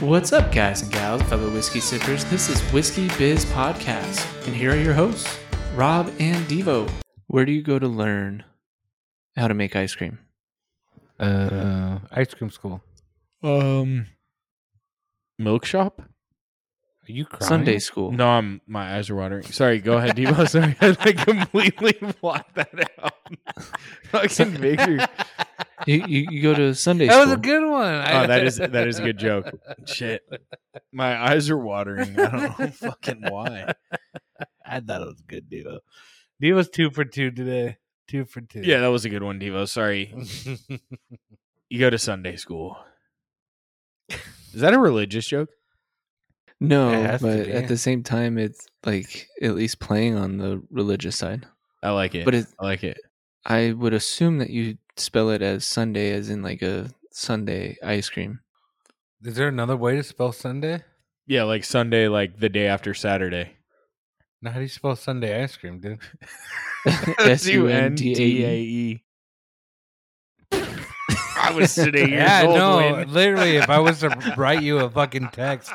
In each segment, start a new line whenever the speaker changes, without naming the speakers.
What's up, guys and gals, fellow whiskey sippers? This is Whiskey Biz Podcast, and here are your hosts, Rob and Devo. Where do you go to learn how to make ice cream?
Uh, ice cream school.
Um, milk shop?
Are you crying?
Sunday school.
No, I'm my eyes are watering. Sorry, go ahead, Devo. Sorry, I like, completely blocked that out. Fucking Victor.
You, you, you go to Sunday
That
school.
was a good one.
Oh, that is that is a good joke. Shit, my eyes are watering. I don't know fucking why.
I thought it was good, Devo. Devo's two for two today. Two for two.
Yeah, that was a good one, Devo. Sorry. You go to Sunday school. Is that a religious joke?
no,
It has to
but
be.
at the same time, it's like at least playing on the religious side.
I like it.
But it,
I like it.
I would assume that you spell it as Sunday, as in like a Sunday ice cream.
is there another way to spell Sunday?
Yeah, like Sunday, like the day after Saturday.
Now, how do you spell Sunday ice cream, dude?
S U N D A.
E. I was sitting here.
Yeah, no. Literally, if I was to write you a fucking text,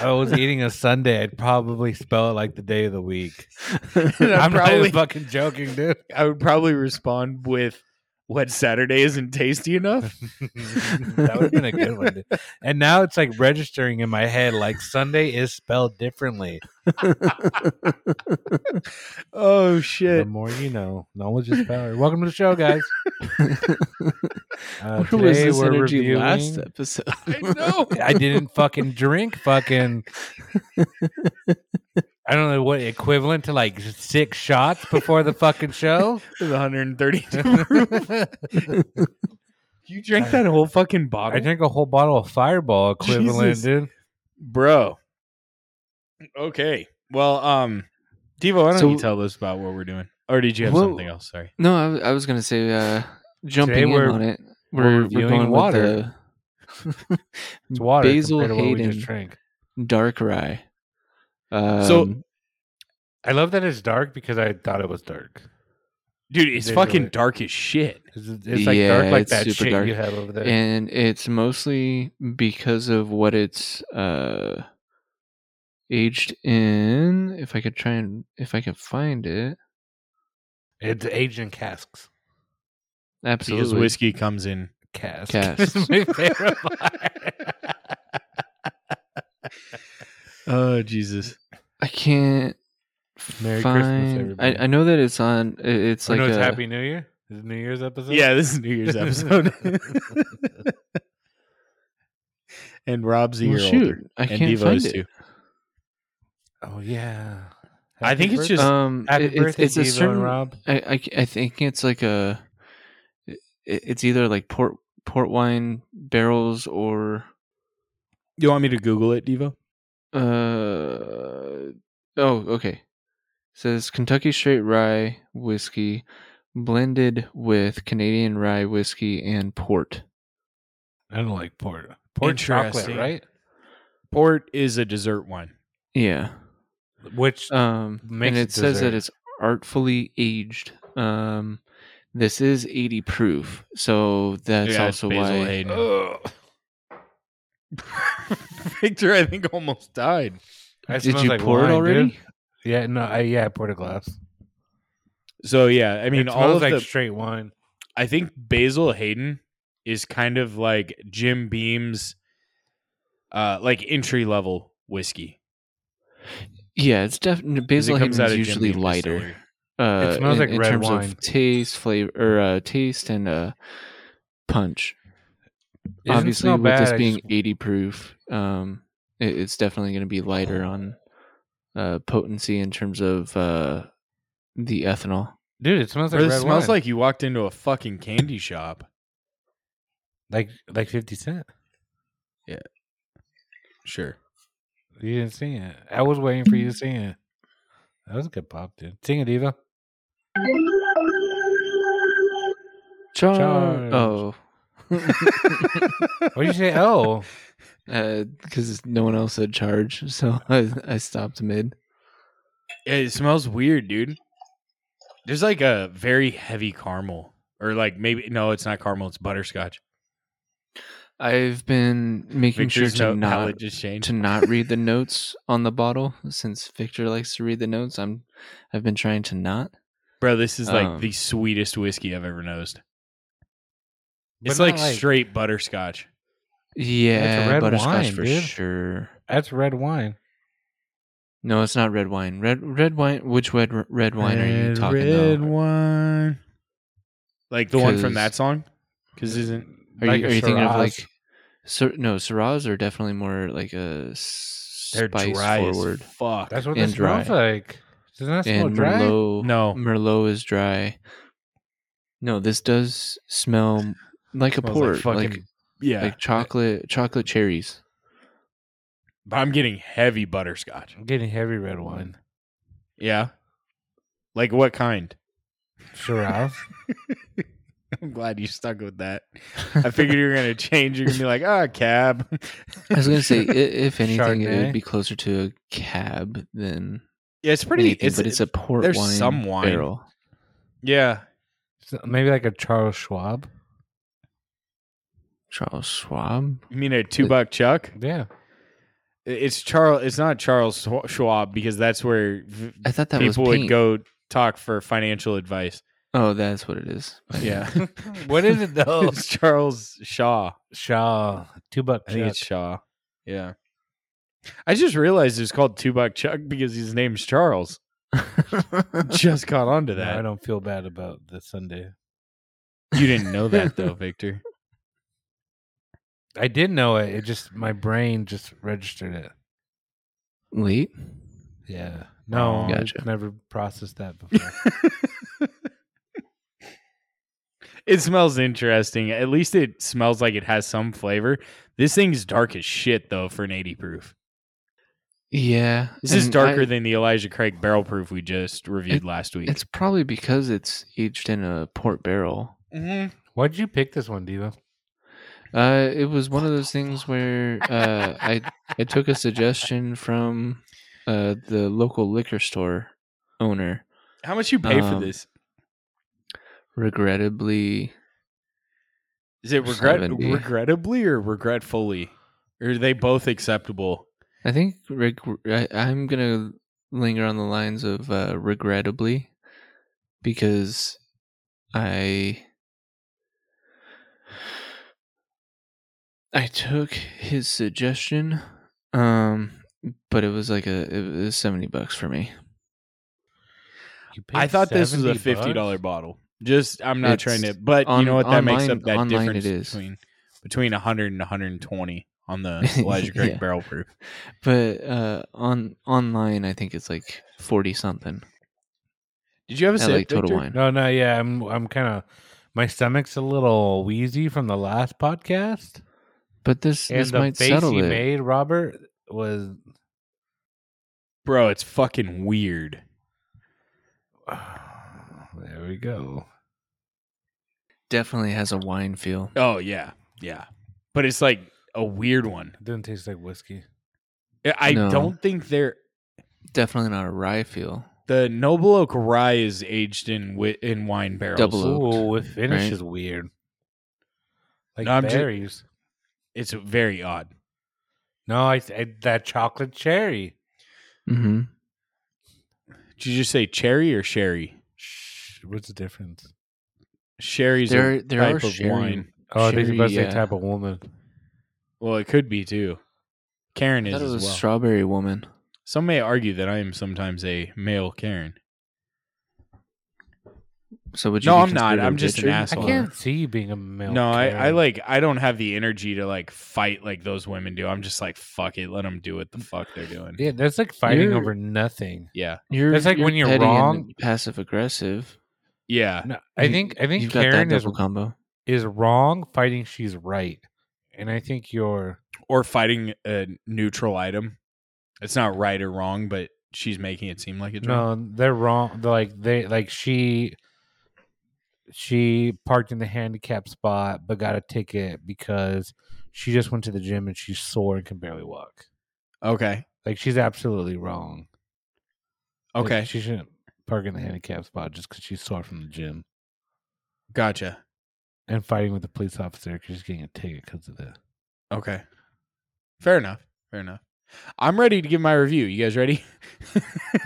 I was eating a Sunday, I'd probably spell it like the day of the week. I'm not
probably,
even fucking joking, dude.
I would probably respond with, "What Saturday isn't tasty enough."
that would have been a good one. dude. And now it's like registering in my head like Sunday is spelled differently.
oh
The
shit!
more you know, knowledge is power. Welcome to the show, guys. Uh,
Where was
today
this
we're
energy
reviewing-
last episode?
I know.
I didn't fucking drink fucking. I don't know what equivalent to like six shots before the fucking show.
the 132.
I
you drank that whole fucking bottle,
drank a whole bottle of Fireball equivalent,
Jesus.
dude.
bro. Okay. Well, um, Devo, why don't
So-
you tell us about what we're doing? Or did you have
Well-
something else? Sorry.
No, I, w- I was gonna say uh,
Today
jumping in
we're-
on it.
we're
We're, we're
reviewing
going
water.
with the
It's water.
Basil
compared to what we
Hayden.
just drank.
dark rye. Um,
So-
I love that it's dark because I thought it was dark.
Dude, it's
Visually.
fucking dark as shit.
It's, it's like
Yeah,
dark, like
it's
that
super
shit
dark.
you have over there.
and it's mostly because of what it's uh, aged in. If I could try and if I could find it,
it's aged in casks.
Because
absolutely.
whiskey comes in.
Casks.
Casks.
It's my favorite line.
Oh Jesus!
I can't.
Merry Christmas,
find-
everybody.
I, I know that it's on. it- It's
I
like
know it's
a-
Happy New Year. Is it New Year's episode?
Yeah, this is New Year's episode. and Rob's a
Well,
year older.
shoot, I
and
can't
Devo
find
is
it.
too.
Oh yeah.
I think it's
birthday.
just-
Um,
Happy
it- it's,
birthday,
it's a
Devo and
certain
Rob.
I, I, I think it's like a it, it's either like port port wine barrels or
You want me to Google it, Devo?
uh oh okay says Kentucky straight rye whiskey blended with Canadian rye whiskey and port
I don't like port. Port chocolate,
Interesting.
right?
Port is a dessert wine.
yeah
Which
um
Makes
and it says that
dessert.
it's artfully aged um this is 80 proof so that's
Yeah, it's
also
Basil
why
Hayden.
Ugh.
Victor, I think, almost died.
That
did
smells
you
like
pour
wine,
it already
dude. Yeah, no, I yeah, I poured a glass.
So yeah, I mean,
it
all
smells
of
like
the.
straight wine.
I think Basil Hayden is kind of like Jim Beam's, uh, like entry level whiskey.
yeah it's definitely
'Cause
basil
it comes
Hayden's
out of Jim
usually
Beam
lighter
Distillery.
uh,
smells
in,
like
in
red
terms
wine.
of taste flavor or uh, taste and uh, punch.
It doesn't
Obviously,
smell
with
bad,
this
I
being
just-
80 proof, um, it, it's definitely going to be lighter on uh, potency in terms of uh, the ethanol.
dude, it smells like
Bro,
red
this smells
wine.
like you walked into a fucking candy shop.
like like like fifty cent.
Sure.
You didn't sing it. I was waiting for you to sing it. That was a good pop, dude. Sing it, Eva.
Char-
Charge.
Oh,
What did you say? Oh,
because uh, no one else said charge, so I, I stopped mid.
Yeah, it smells weird, dude. There's like a very heavy caramel, or like maybe no, it's not caramel, it's butterscotch.
I've been making
Victor's
sure to
note
not
palette just changed.
to not read the notes on the bottle since Victor likes to read the notes. I'm I've been trying to not.
Bro, this is like
Um,
the sweetest whiskey I've ever nosed.
But
It's
not
like, straight butterscotch.
Yeah,
red
butterscotch
wine,
for
dude.
sure.
That's red wine.
No, it's not red wine. Red red wine. Which red red wine are you talking
Red
about?
wine. Like the one
'Cause-
from that song? Because isn't
Are
Like
you,
a
are you thinking of
Shiraz.
like, Sir, no, Syrahs are definitely more like a s-
they're
spice
dry
forward,
as fuck?
That's what
And
that smells like. Doesn't that smell
and
dry?
Merlot.
no,
Merlot is dry. No, this does smell like a
Smells
port, like
fucking-
like,
yeah.
chocolate chocolate cherries.
but I'm getting heavy butterscotch.
I'm getting heavy red wine.
Yeah, like what kind?
Shiraz.
I'm glad you stuck with that. I figured you were gonna change. You're gonna be like, ah, cab.
I was gonna say, i- if anything, it
Chardonnay.
would be closer to a cab than
yeah, it's pretty.
anything,
it's,
but it's a port
there's
wine
some wine.
barrel.
yeah.
So maybe like a Charles Schwab.
Charles Schwab.
You mean a two buck chuck?
Yeah.
It's Charles. It's not Charles Schw- Schwab because that's where v-
I thought that
people
was
would
pink.
go talk for financial advice.
Oh, that's what it is.
Yeah,
What is it
Oh.
though?
it's Charles Shaw.
Shaw. Two buck.
I think it's
chuck.
Shaw. Yeah. I just realized it's called Two Buck Chuck because his name's Charles. Just caught on to
No, I
that.
don't feel bad about the Sunday.
You didn't know that though, Victor.
I did know it. It just my brain just registered it.
Late.
Yeah. No,
Gotcha.
I've never processed that before.
It smells interesting. At least it smells like it has some flavor. This thing's dark as shit though for an 80 proof.
Yeah,
This is
and
darker
I-
than the Elijah Craig barrel proof we just reviewed
It-
last week.
It's probably because it's aged in a port barrel.
Mhm.
Why'd you pick this one, Diva?
Uh, it was one of those things where uh, I I took a suggestion from uh, the local liquor store owner.
How much you pay
Um,
for this?
Regrettably,
Is it regret
70.
regrettably or regretfully? Or are they both acceptable?
I think reg- I, I'm gonna linger on the lines of uh, regrettably because I I took his suggestion, um, but it was like a it was seventy bucks for me.
You
I
paid
thought this was a
70
fifty dollar
bucks?
bottle. Just I'm not
It's
trying to, but
on-
you know what? That makes
online-
up that
online it
difference
is.
between between 100 and 120 on the Elijah Craig
Yeah.
barrel proof.
But uh, on online, I think it's like forty something.
Did you have a
At
sip?
like total
Victor?
wine.
No, no, yeah. I'm I'm kinda my stomach's a little wheezy from the last podcast.
But this
And
this
the
might
face
settle
he
it.
made, Robert, was
bro. It's fucking weird.
there we go.
Definitely has a wine feel.
Oh yeah, yeah. But it's like a weird one.
It didn't taste like whiskey.
I- I
No.
don't think they're
Definitely not a rye feel.
the Noble Oak Rye is aged in wi- in wine barrels.
Double oak. Bloat,
Ooh, the finish
right?
is weird. Like
No, I'm ju-
berries.
It's very odd.
no, I, I that chocolate cherry.
Mm-hmm.
Did you just say cherry or sherry?
Shh, What's the difference?
Sherry's
There-
a
there
type
are
of
sherry-
wine.
Oh, I think
Cherry,
you're about to say
yeah.
type of woman.
Well, it could be too. Karen
I
is
thought it
as
was
well.
strawberry woman.
Some may argue that I am sometimes a male Karen.
So would you?
No,
be
I'm not.
considered a
I'm just an
bitch?
I
asshole. That's
can't see you being a male.
no, I, I
Karen.
like I don't have the energy to like fight like those women do. I'm just like fuck it, let them do what the fuck they're doing.
Yeah, that's like fighting
You're-
over nothing.
Yeah,
You're,
That's like when you're
petty and
wrong.
passive aggressive.
yeah.
No, I
You-
think I think
You've got that
Karen is
double combo.
is wrong fighting she's right, and I think you're
Or fighting a neutral item. It's not right or wrong, but she's making it seem like it's
no,
wrong.
they're wrong. They're like they like she she parked in the handicap spot but got a ticket because she just went to the gym and she's sore and can barely walk.
Okay,
Like she's absolutely wrong. Like,
okay,
she shouldn't park in the handicap spot just because she's sore from the gym
gotcha.
and fighting with the police officer because she's getting a ticket because of the
Okay. Fair enough. Fair enough. I'm ready to give my review. You guys ready?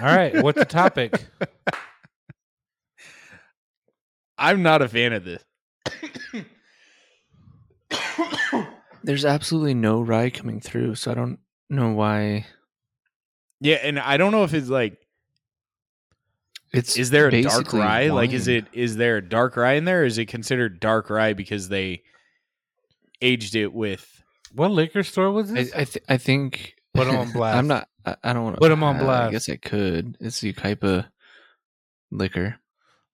All right, what's the topic?
I'm not a fan of this.
There's absolutely no rye coming through, so I don't know why.
Yeah, and I don't know if it's like
It's
is there a dark
basically
rye? Like is
wine.
it is there a dark rye in there? Or is it considered dark rye because they aged it with
What liquor store was
I
this?
I, th- I think
Put 'em on blast.
I'm not. I, I don't want to
Put 'em on
I
blast.
guess I could. It's Ukaipa liquor.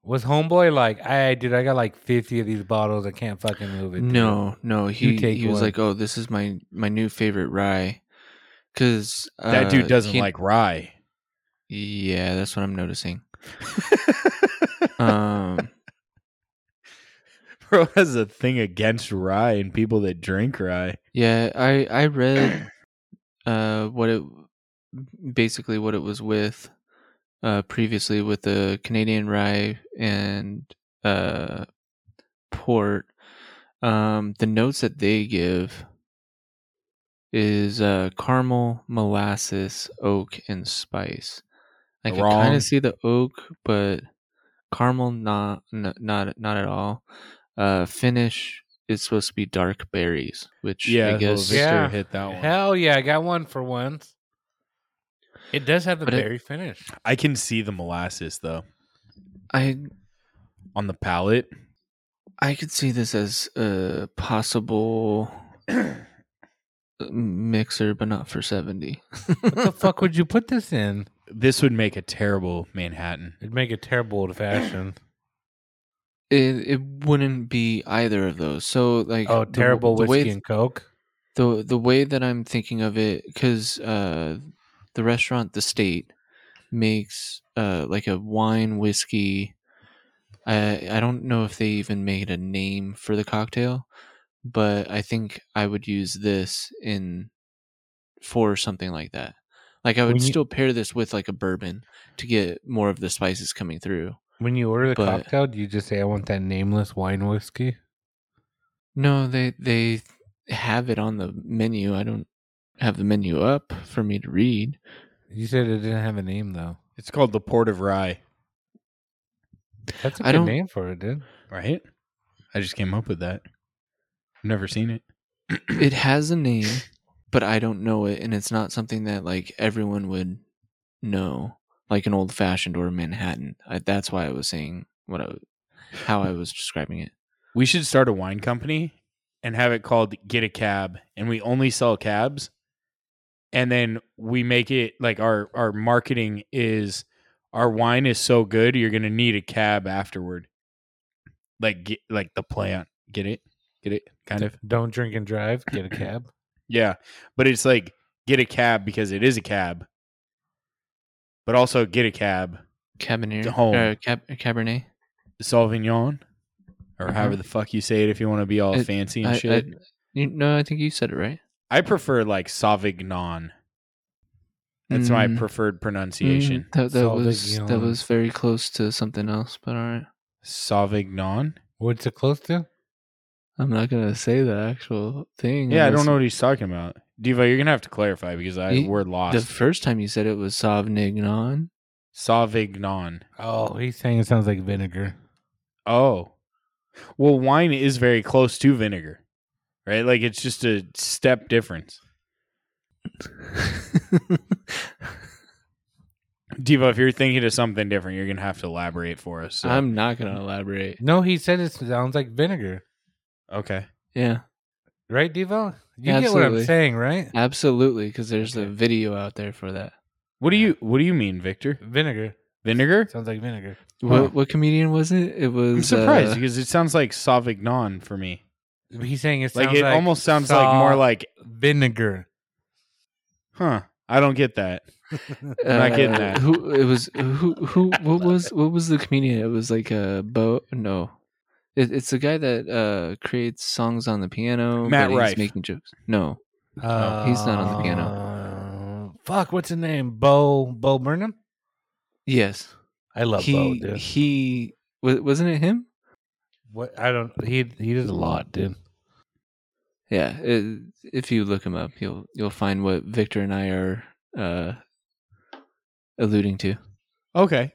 was Homeboy like, hey, dude, I got like 50 of these bottles. I can't fucking move it. dude."
No, no. He
take
he was
one.
like, "Oh, this is my my new favorite rye," uh, because
that
Uh,
dude doesn't like rye.
Yeah, that's what I'm noticing. um,
Bro has a thing against rye and people that drink rye.
yeah, I I read uh what it basically what it was with uh previously with the Canadian rye and uh port um the notes that they give is uh caramel molasses oak and spice i can kind
Wrong.
of see the oak but caramel not n- not not at all uh finish is supposed to be dark berries which
Yeah, Oh,
i guess
Victor
Yeah.
hit that one.
Hell yeah, I got one for once. It does have the
But it-
berry finish.
I can see the molasses though
i
on the palate.
I could see this as a possible mixer, but not for seventy.
What the fuck would you put this in?
This would make a terrible Manhattan.
It'd make a terrible old fashioned.
It it wouldn't be either of those. So like
Oh,
the-
terrible
the,
whiskey
way
and coke.
the the way that I'm thinking of it, because uh, the restaurant, the state, makes uh like a wine whiskey. I I don't know if they even made a name for the cocktail, but I think I would use this in for something like that. Like I would
When you-
still pair this with like a bourbon to get more of the spices coming through.
When you order the
But-
cocktail, do you just say, I want that nameless wine whiskey?
No, they they have it on the menu. I don't have the menu up for me to read.
You said it didn't have a name, though.
It's called the Port of Rye,
That's a
I
good
don't-
name for it, dude.
right? I just came up with that. I've never seen it.
It has a name, but I don't know it, and it's not something that like everyone would know, like an old fashioned or a Manhattan. I, that's why I was saying what I, how I was describing it.
We should start a wine company and have it called Get a Cab, and we only sell cabs. And then we make it like our our marketing is our wine is so good you're gonna need a cab afterward. Like get, like the plant, get it, get it, kind of
Don't drink and drive. Get a cab.
yeah. But it's like get a cab because it is a cab, but also get a cab
Cabernet,
To home.
uh, Cab- Cabernet.
Sauvignon, or
Uh-huh.
however the fuck you say it if you want to be all
I-
fancy and
I,
shit.
I, you, no, I think you said it right.
I prefer like Sauvignon. That's my
Mm.
preferred pronunciation.
Mm, that that was that
Sauvignon.
was very close to something else, but all right.
Sauvignon.
What's it close to?
I'm not gonna say the actual thing.
Yeah, I
unless-
don't know what he's talking about. Diva, you're gonna have to clarify because I
He-
we're
The
lost.
first time you said it was Sauvignon.
Sauvignon.
Oh, he's saying it sounds like vinegar.
Oh. Well, wine is very close to vinegar. Right? Like it's just a step difference. Diva, if you're thinking of something different, you're gonna have to elaborate for us. so-
I'm not gonna elaborate.
No, he said it sounds like vinegar.
okay.
Yeah,
Right, Devo? You get what
Absolutely.
I'm saying, right?
absolutely. Because there's a
Okay.
video out there for that.
What do you what do you mean, Victor?
Vinegar.
Vinegar?
Sounds like vinegar.
Huh.
What what comedian was it? It was.
I'm surprised
uh,
because it sounds like Sauvignon for me.
He's saying it sounds
Like it almost sounds like more
saw
like
vinegar.
Huh. I don't get that.
uh,
not getting that.
Who it was? Who who? What was? What was the comedian? It was like a Bo. No, it, it's the guy that uh creates songs on the piano.
Matt
but he's
Rife.
making jokes. No,
Uh,
he's not on the piano.
Fuck, what's his name? Bo Bo Burnham?
yes,
I love Bo,
he
dude.
he wa- wasn't it him?
What I don't he he does a lot, dude.
yeah, it, if you look him up, you'll you'll find what Victor and I are uh, alluding to.
Okay.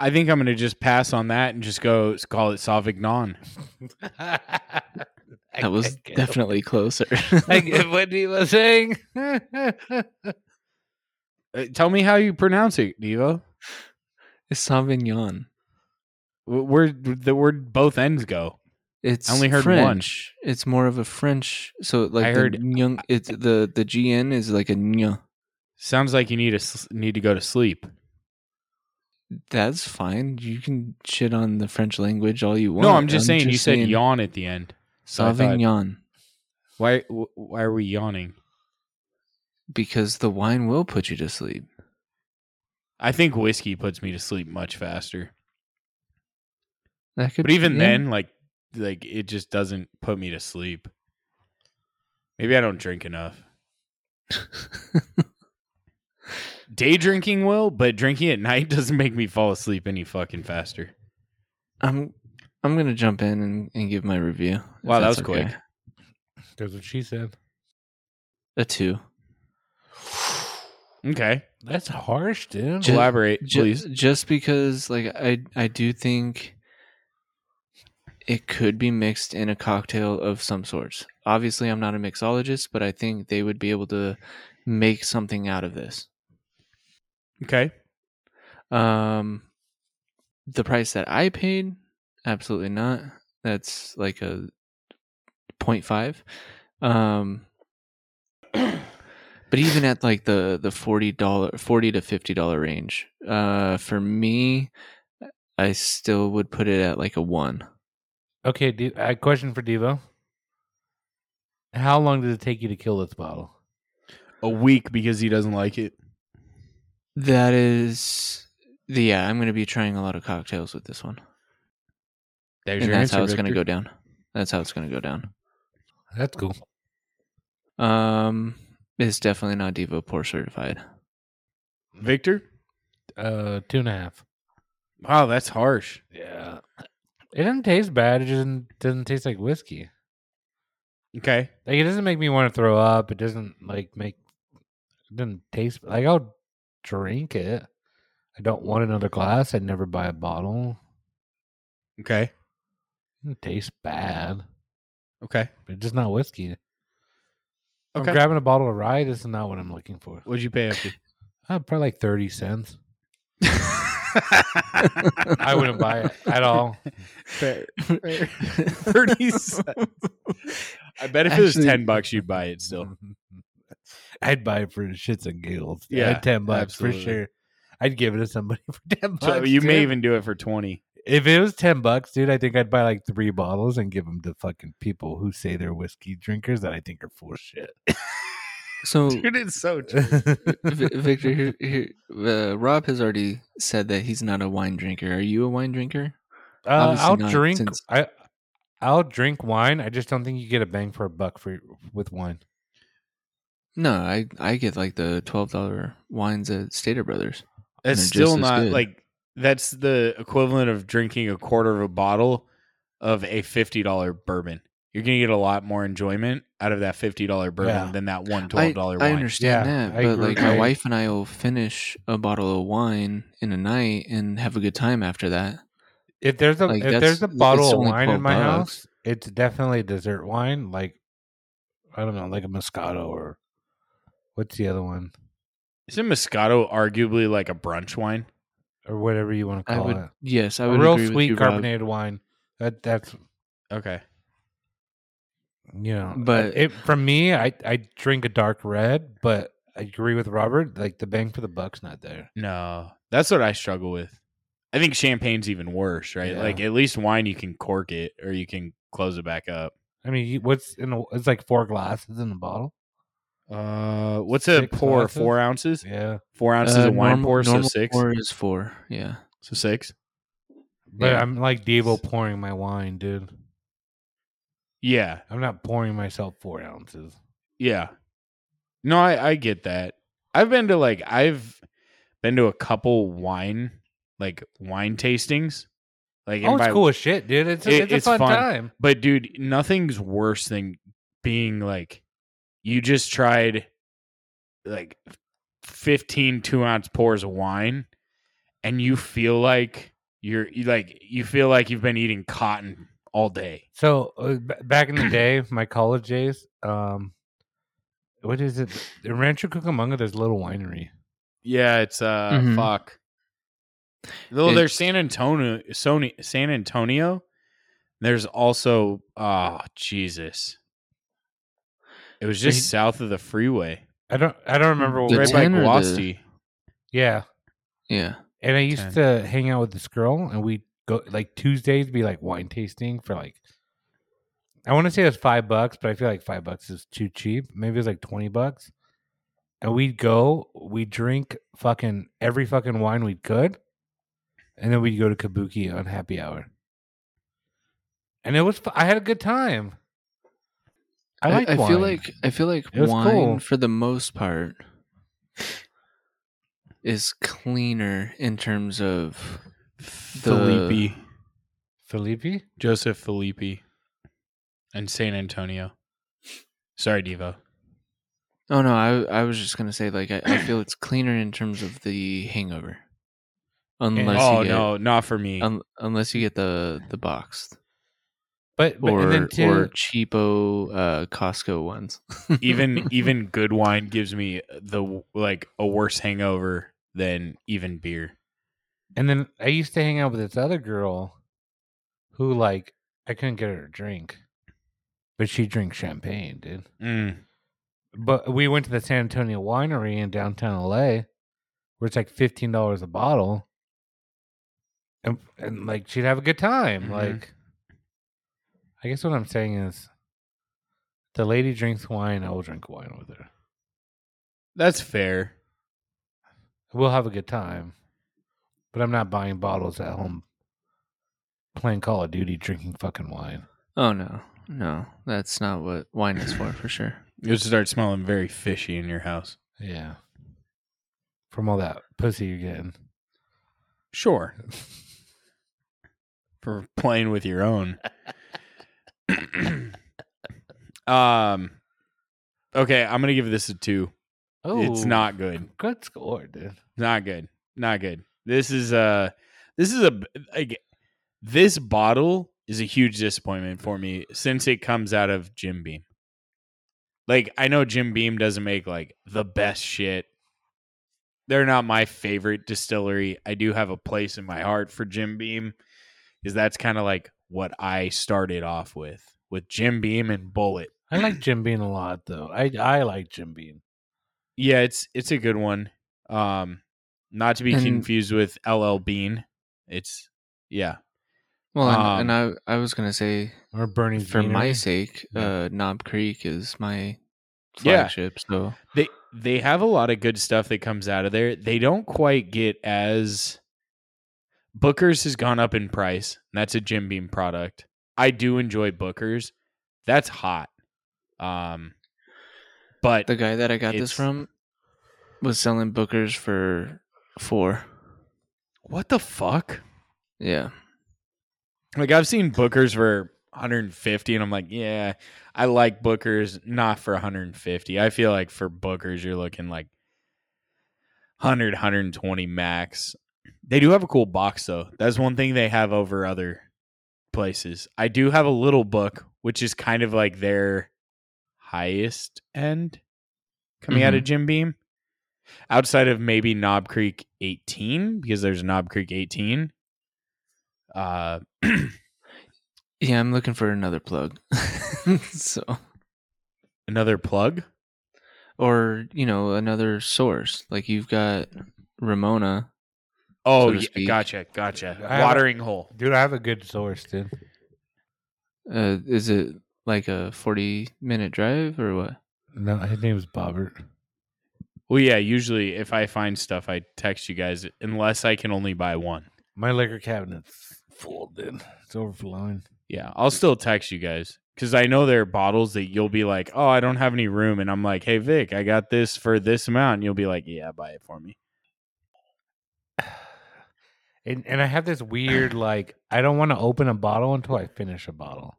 I think I'm going to just pass on that and just go s- call it Sauvignon.
I
That was
can't get over-
definitely closer.
I get what he was saying.
Uh, tell me how you pronounce it, Devo.
It's Sauvignon.
Wh- Where the word both ends go.
It's
I only heard one.
French. It's more of a French. So like
I
the
heard-
nyung- it's the the GN is like a nyung.
Sounds like you need to s- need to go to sleep.
That's fine. You can shit on the French language all you want.
no, I'm just saying you said yawn at the end. So I thought,
Sauvignon
why wh- why are we yawning?
because the wine will put you to sleep.
I think whiskey puts me to sleep much faster.
That could
But even
yeah.
then, like like it just doesn't put me to sleep. Maybe I don't drink enough. Day drinking will, but drinking at night doesn't make me fall asleep any fucking faster.
I'm I'm gonna jump in and, and give my review. if
Wow, that
that's
was quick.
That's what she said.
A two.
Okay.
That's harsh, dude.
Ju-
Elaborate, please.
Just just because like I I do think it could be mixed in a cocktail of some sorts. Obviously, I'm not a mixologist, but I think they would be able to make something out of this.
Okay.
Um, the price that I paid, absolutely not. That's like a 0.5. Um, but even at like the the forty dollar, forty to fifty dollar range, uh, for me, I still would put it at like a one.
Okay, D- uh, question for Devo. How long did it take you to kill this bottle?
A week because he doesn't like it.
That is, yeah, I'm gonna be trying a lot of cocktails with this one,
There's
and
your
that's
answer,
how it's gonna
Victor.
go down. That's how it's gonna go down.
That's cool.
Um, it's definitely not Devo Pour certified.
Victor?
Uh, two and a half.
Wow, that's harsh.
Yeah. It doesn't taste bad. It just doesn't, doesn't taste like whiskey.
Okay.
Like it doesn't make me want to throw up. It doesn't like make. It doesn't taste like I'll drink it. I don't want another glass. I'd never buy a bottle.
Okay.
It doesn't taste bad.
Okay.
But it's just not whiskey.
Oh,
If
Okay.
I'm grabbing a bottle of rye. This is not what I'm looking for.
What'd you pay up to?
Uh, probably like thirty cents. I wouldn't buy it at all.
Fair. fair. 30 cents. I bet if it was
Actually-
10 bucks, you'd buy it still.
I'd buy it for shits and giggles.
Yeah,
Yeah, ten bucks
absolutely.
for sure. I'd give it to somebody for ten bucks.
So you may
dude.
even do it for 20.
if it was ten bucks, dude. I think I'd buy like three bottles and give them to fucking people who say they're whiskey drinkers that I think are full of shit.
So,
Dude, it's so true.
Vi- Victor, here, here, uh, Rob has already said that he's not a wine drinker. Are you a wine drinker?
Uh,
Obviously
I'll
not,
drink.
since-
I I'll drink wine. I just don't think you get a bang for a buck for with wine.
No, I I get like the twelve dollar wines at Stater Brothers.
That's
they're just
still
as
not
good.
like that's the equivalent of drinking a quarter of a bottle of a $50 bourbon. You're going to get a lot more enjoyment out of that $50 bourbon
Yeah.
than that one
I,
$12 wine.
I understand
Yeah,
that,
I
but
agree.
like my
I-
wife and I will finish a bottle of wine in a night and have a good time after that.
If there's a
Like,
if
that's-
there's a
it's
bottle of
only
wine
12
in my
bucks.
house, it's definitely dessert wine. Like I don't know, like a Moscato or what's the other one
Isn't Moscato arguably like a brunch wine?
or whatever you want to
I
call
would,
it.
yes, I
A
would
real
agree with
sweet
you, Rob.
carbonated wine. That that's
Okay.
you know
But-
it from me i i drink a dark red but i agree with robert like the bang for the buck's not there
No, that's what I struggle with. I think champagne's even worse, right?
Yeah.
Like at least wine, you can cork it or you can close it back up.
i mean you- what's in a, it's like four glasses in a bottle
Uh, what's a
Six
pour?
glasses?
Four ounces?
yeah
Four ounces
Uh,
of wine
normal-
pour, so
normal
six.
Pour is four. Yeah.
So six.
but
Yeah.
i'm like devo pouring my wine dude
Yeah,
i'm not pouring myself four ounces
yeah. No, I I get that. I've been to like I've been to a couple wine like wine tastings. Like and
oh it's
by-
cool as shit dude it's a,
It-
it's a
it's
fun,
fun.
time
But dude, nothing's worse than being like you just tried like 15 two ounce pours of wine and you feel like you're you like you feel like you've been eating cotton all day
So uh, b- back in the day, my college days, um, what is it? In Rancho Cucamonga, there's a little winery.
yeah it's uh
Mhm.
fuck though there's
It's-
san antonio Sony, san antonio there's also oh jesus it was just
Wait.
south of the freeway
I don't, I don't remember what.
The
we-
right by
10 or the-
Gwasti.
yeah,
Yeah.
and I used to hang out with this girl, and we would go like Tuesdays be like wine tasting for like. I want to say it was five bucks, but I feel like five bucks is too cheap. Maybe it was like twenty bucks, and we'd go, we would drink fucking every fucking wine we could, and then we'd go to Kabuki on happy hour. And it was, fu- I had a good time. I like.
I, feel
wine.
like I feel like
It was
wine
cool.
for the most part is cleaner in terms of The-
Felipe,
Felipe.
Joseph Felipe, and San Antonio. Sorry, Devo.
Oh no, I I was just gonna say like I, I feel it's cleaner in terms of the hangover, unless
Oh
you get
no, not for me.
un, unless you get the the boxed
But, but
or
and then too,
or cheapo uh, Costco ones.
even even good wine gives me the like a worse hangover than even beer.
and then I used to hang out with this other girl, who like I couldn't get her to drink, but she drank champagne, dude.
Mm.
But we went to the San Antonio Winery in downtown LA, where it's like fifteen dollars a bottle, and and like she'd have a good time.
Mhm.
Like, I guess what I'm saying is, the lady drinks wine, I will drink wine with her.
That's fair.
We'll have a good time. But I'm not buying bottles at home playing Call of Duty drinking fucking wine.
oh no, no, that's not what wine is for for sure.
You'll start smelling very fishy in your house.
Yeah. From all that pussy you're getting.
Sure. For playing with your own. um okay, I'm gonna give this a two. It's not good.
Good score, dude.
Not good. Not good. This is uh this is a like this bottle is a huge disappointment for me since it comes out of Jim Beam. Like I know Jim Beam doesn't make like the best shit. They're not my favorite distillery. I do have a place in my heart for Jim Beam cuz that's kind of like what I started off with with Jim Beam and Bullet.
I like Jim Beam a lot though. I I like Jim Beam.
Yeah, it's it's a good one. Um, not to be
And-
confused with LL Bean. It's yeah,
Well, and,
Um,
and I I was gonna say
Or Bernie
for my sake,
Yeah.
uh, Knob Creek is my
Yeah.
flagship. So
they they have a lot of good stuff that comes out of there. They don't quite get as Booker's has gone up in price. And that's a Jim Beam product. I do enjoy Booker's. That's hot. Um, but
the guy that I got
It's-
this from was selling Booker's for four.
what the fuck?
Yeah.
Like I've seen Booker's for 150 and I'm like, yeah, I like Booker's not for 150. I feel like for Booker's you're looking like 100 120 max. They do have a cool box though. That's one thing they have over other places. I do have a little book which is kind of like their highest end coming out of Jim Beam outside of maybe Knob Creek 18 because there's Knob Creek 18. Uh
Yeah, I'm looking for another plug. so,
another plug.
or you know, another source. Like you've got Ramona.
Oh,
to
yeah,
speak.
gotcha, gotcha.
I have a-
Watering hole.
Dude, I have a good source, dude.
Uh, is it like a 40 minute drive or what?
No, his name's Bobbert.
Well, yeah. Usually, if I find stuff, I text you guys, unless I can only buy one.
My liquor cabinet's full, dude. It's overflowing.
Yeah, I'll still text you guys because I know there are bottles that you'll be like, "Oh, I don't have any room," and I'm like, "Hey, Vic, I got this for this amount," and you'll be like, "Yeah, buy it for me."
And and I have this weird like I don't want to open a bottle until I finish a bottle.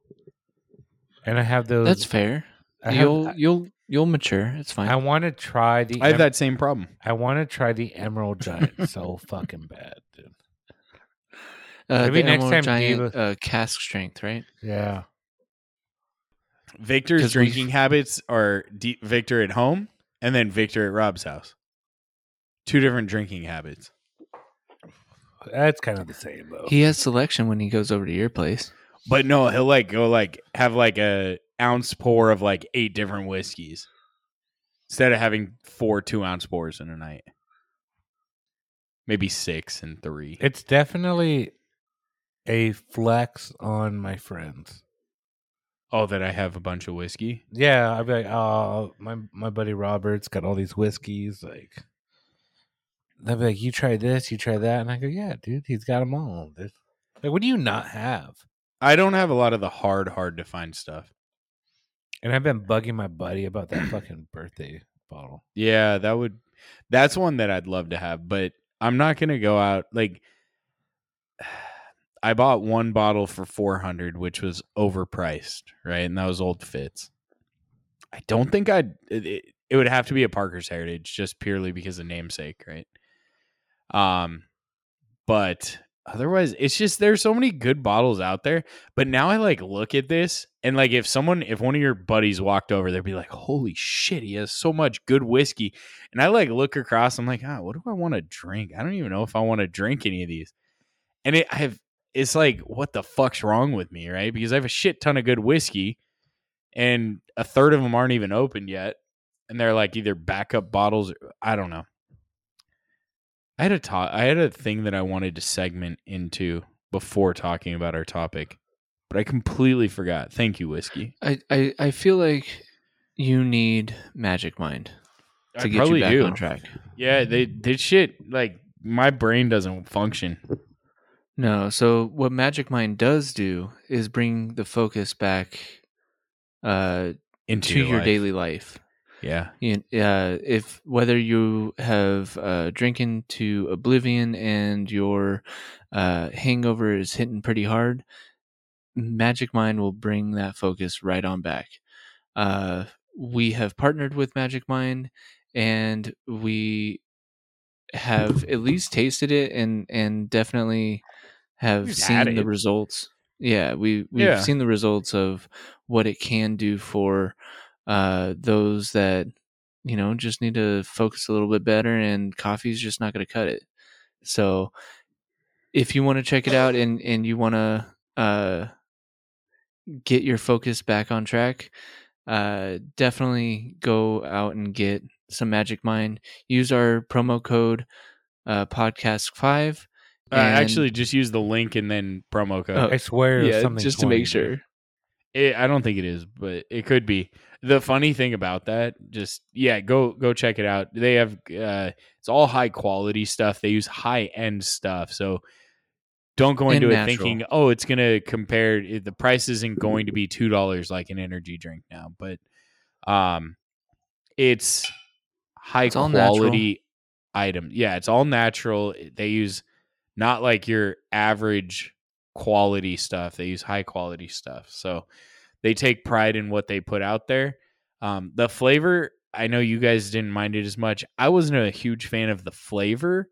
And I have those
That's fair.
Uh, I, have-
you'll you'll you'll mature. It's fine.
I want to try the.
I
em-
have that same problem.
I want to try the Emerald Giant so fucking bad, dude.
uh,
maybe
the
next
Emerald
time
giant
Diva-
uh, cask strength, right?
Yeah.
Victor's
'Cause we've-
drinking habits are D- Victor at home and then Victor at Rob's house. Two different drinking habits.
That's kind of the same though.
He has selection when he goes over to your place.
But no, he'll like go like have like a ounce pour of like eight different whiskeys instead of having four two ounce pours in a night. Maybe six and three.
it's definitely a flex on my friends.
Oh, that I have a bunch of whiskey.
Yeah, I'd be like, oh, my my buddy Robert's got all these whiskeys. Like, they'll be like, you try this, you try that, and I go, yeah, dude, he's got them all. Dude. Like, what do you not have?
I don't have a lot of the hard, hard to find stuff.
And I've been bugging my buddy about that fucking birthday bottle.
Yeah, that would that's one that I'd love to have, but I'm not gonna go out like I bought one bottle for four hundred, which was overpriced, right? And that was old fits. I don't think I'd it, it, it would have to be a Parker's Heritage just purely because of namesake, right? Um but otherwise it's just there's so many good bottles out there. But now I like look at this and like if someone if one of your buddies walked over, they'd be like, Holy shit, he has so much good whiskey. And I like look across, I'm like, ah, what do I want to drink? I don't even know if I want to drink any of these. And it I've it's like, what the fuck's wrong with me, right? Because I have a shit ton of good whiskey and a third of them aren't even opened yet. And they're like either backup bottles or I don't know. I had a to- I had a thing that I wanted to segment into before talking about our topic, but I completely forgot. Thank you, whiskey.
I I, I feel like you need magic mind to
I
get
probably
you back
do.
on track.
Yeah, they did shit like my brain doesn't function.
No, so what magic mind does do is bring the focus back uh,
Into
to your
life.
daily life.
Yeah.
You- uh, if whether you have uh, drinking to oblivion and your uh, hangover is hitting pretty hard, Magic Mind will bring that focus right on back. Uh, we have partnered with Magic Mind, and we have at least tasted it and and definitely have
We've had
seen the
it.
results. Yeah, we we've
Yeah.
seen the results of what it can do for uh, those that you know just need to focus a little bit better, and coffee's just not going to cut it. So, if you want to check it out and and you want to uh, get your focus back on track, uh, definitely go out and get some Magic Mind. Use our promo code uh, podcast five.
Uh,
And-
actually, just use the link and then promo code.
Oh,
I swear,
yeah,
something
just to make
20,
sure.
dude.
It, I don't think it is, but it could be. The funny thing about that, just yeah, go go check it out. They have uh it's all high quality stuff. They use high end stuff, so don't go
And
into it
natural.
thinking, oh, it's gonna compare. it- The price isn't going to be two dollars like an energy drink now, but um, it's high
It's all natural.
quality item. Yeah, it's all natural. Eh, They use not like your average quality stuff. They use high quality stuff. So they take pride in what they put out there. Um, the flavor, I know you guys didn't mind it as much. I wasn't a huge fan of the flavor,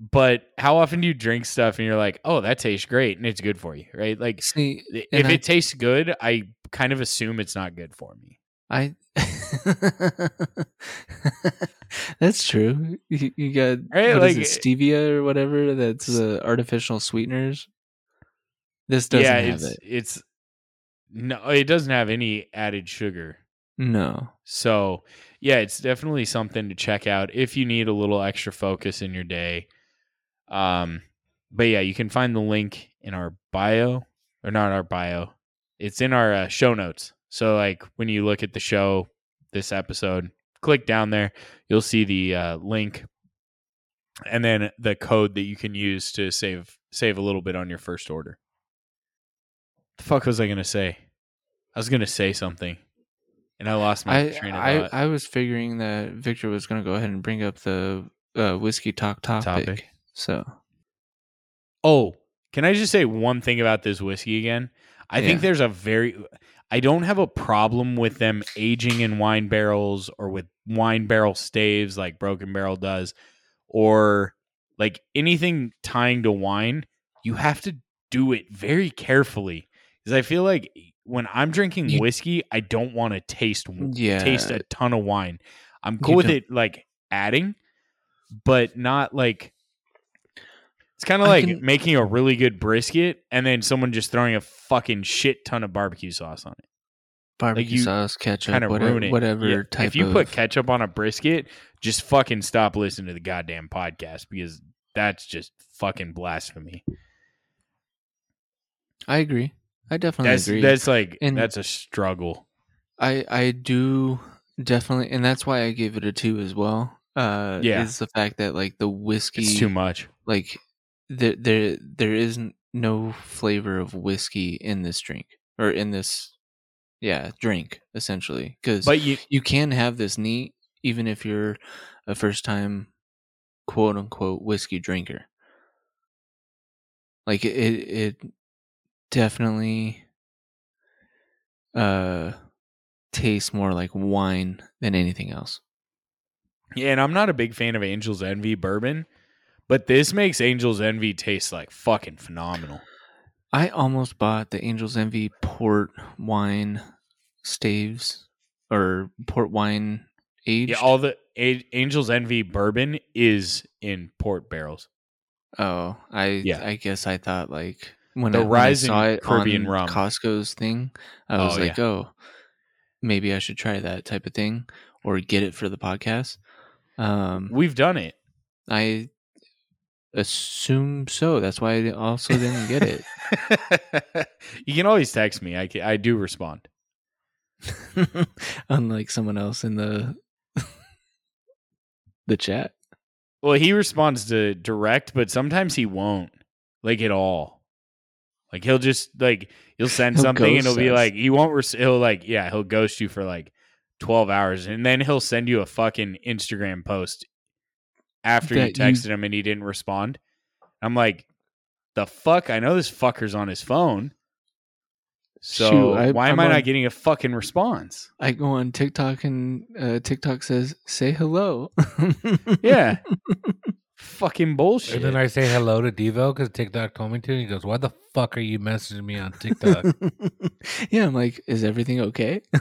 but how often do you drink stuff and you're like, oh, that tastes great and it's good for you, right? Like,
See,
if
And I-
it tastes good, I kind of assume it's not good for me.
I. that's true. You, you got
Right,
what is
like- eh,
it, stevia or whatever. That's the artificial sweeteners. This doesn't
yeah,
have
it's
it.
it's no, it doesn't have any added sugar.
No.
So, yeah, it's definitely something to check out if you need a little extra focus in your day. Um, but yeah, you can find the link in our bio or not our bio. It's in our uh, show notes. So, like when you look at the show, this episode, click down there, you'll see the uh, link, and then the code that you can use to save save a little bit on your first order. The fuck was I gonna say? I was gonna say something, and I lost my
I,
train of
I,
thought.
I was figuring that Victor was going to go ahead and bring up the uh, whiskey talk topic.
Topic.
So
Oh, can I just say one thing about this whiskey again? I think
Yeah.
there's a very I don't have a problem with them aging in wine barrels or with wine barrel staves like Broken Barrel does or like anything tying to wine. You have to do it very carefully because I feel like when I'm drinking
You-
whiskey, I don't want to Mm, taste w-
Yeah.
taste a ton of wine. I'm cool
You
with
don't-
it like adding, but not like it's kind of
I
like
can-
making a really good brisket and then someone just throwing a fucking shit ton of barbecue sauce on it.
barbecue
you
sauce,
Kind
ketchup,
of
whatever,
ruin it.
whatever
Yeah,
type.
if you
of,
put ketchup on a brisket, just fucking stop listening to the goddamn podcast because that's just fucking blasphemy.
I agree. I definitely
That's
agree.
that's like
And-
that's a struggle.
I I do definitely, and that's why I gave it a two as well. Uh,
Yeah.
is the fact that like the whiskey,
It's too much.
like there there there isn't no flavor of whiskey in this drink or in this, yeah, drink essentially because
But you
you can have this neat even if you're a first time quote unquote whiskey drinker like it it definitely uh tastes more like wine than anything else
Yeah, and I'm not a big fan of Angel's Envy bourbon, but this makes Angel's Envy taste like fucking phenomenal.
i almost bought the angel's envy port wine staves or port wine aged
Yeah, all the A- Angel's Envy bourbon is in port barrels.
Oh, I
Yeah.
I guess I thought like when,
The
I, when I
rising
saw it
Caribbean
on
rum.
Costco's thing, I
Oh,
was like, oh, maybe I should try that type of thing or get it for the podcast. Um,
We've done it.
I assume so. That's why I also didn't get it.
you can always text me. I ca- I do respond.
Unlike someone else in the the chat.
Well, he responds to direct, but sometimes he won't, like at all. Like he'll just like he'll send
He'll
something and
ghost
he'll be
us.
like he won't. Res- he'll like yeah he'll ghost you for like twelve hours and then he'll send you a fucking Instagram post after you
That you-
texted him and he didn't respond. I'm like, the fuck! I know this fucker's on his phone. So
Shoot, I-
why am
I'm
I
on-
not getting a fucking response?
I go on TikTok and uh, TikTok says, "Say hello."
Yeah. Fucking bullshit.
And then I say hello to Devo because TikTok told me to. And he goes, Why the fuck are you messaging me on TikTok?
yeah, I'm like, is everything okay?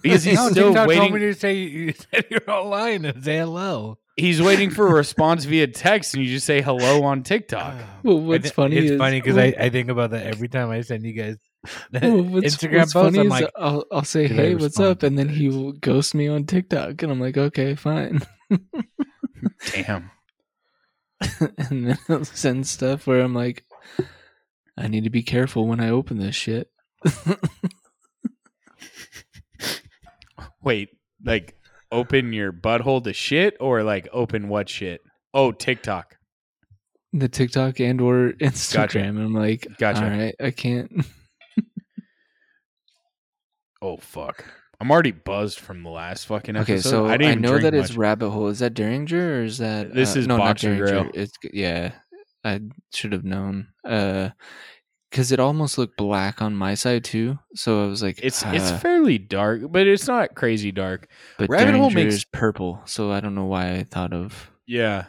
because he's
no,
still
TikTok told me to
waiting.
say, You said you're online and say hello.
He's waiting for a response via text, and you just say hello on TikTok.
Well, what's
Ah. I thi-
funny
It's
is-
funny because I, I think about that every time I send you guys that
Well, what's,
Instagram
what's
posts.
funny
I'm
is uh,
like,
I'll, I'll say,
"Did I
hey, what's
respond
up?
to
And then he
this?"
will ghost me on TikTok. And I'm like, okay, fine.
Damn.
and then I'll send stuff where I'm like, I need to be careful when I open this shit.
Wait, like open your butthole to shit, or like open what shit? Oh, TikTok.
The TikTok and or Instagram.
Gotcha.
And I'm like,
Gotcha.
all right, I can't.
Oh fuck. I'm already buzzed from the last fucking episode.
Okay, so I,
didn't even
know
drink
that it's
much.
rabbit hole. Is that Derringer or is that uh,
This is
no, not
Boxer Grill.
Derringer. It's yeah, I should have known. Uh, because it almost looked black on my side too. So I was like,
it's it's
"Ah,"
fairly dark, but it's not crazy dark.
but
Rabbit Hole
Derringer
makes-
is purple. So I don't know why I thought of
Yeah.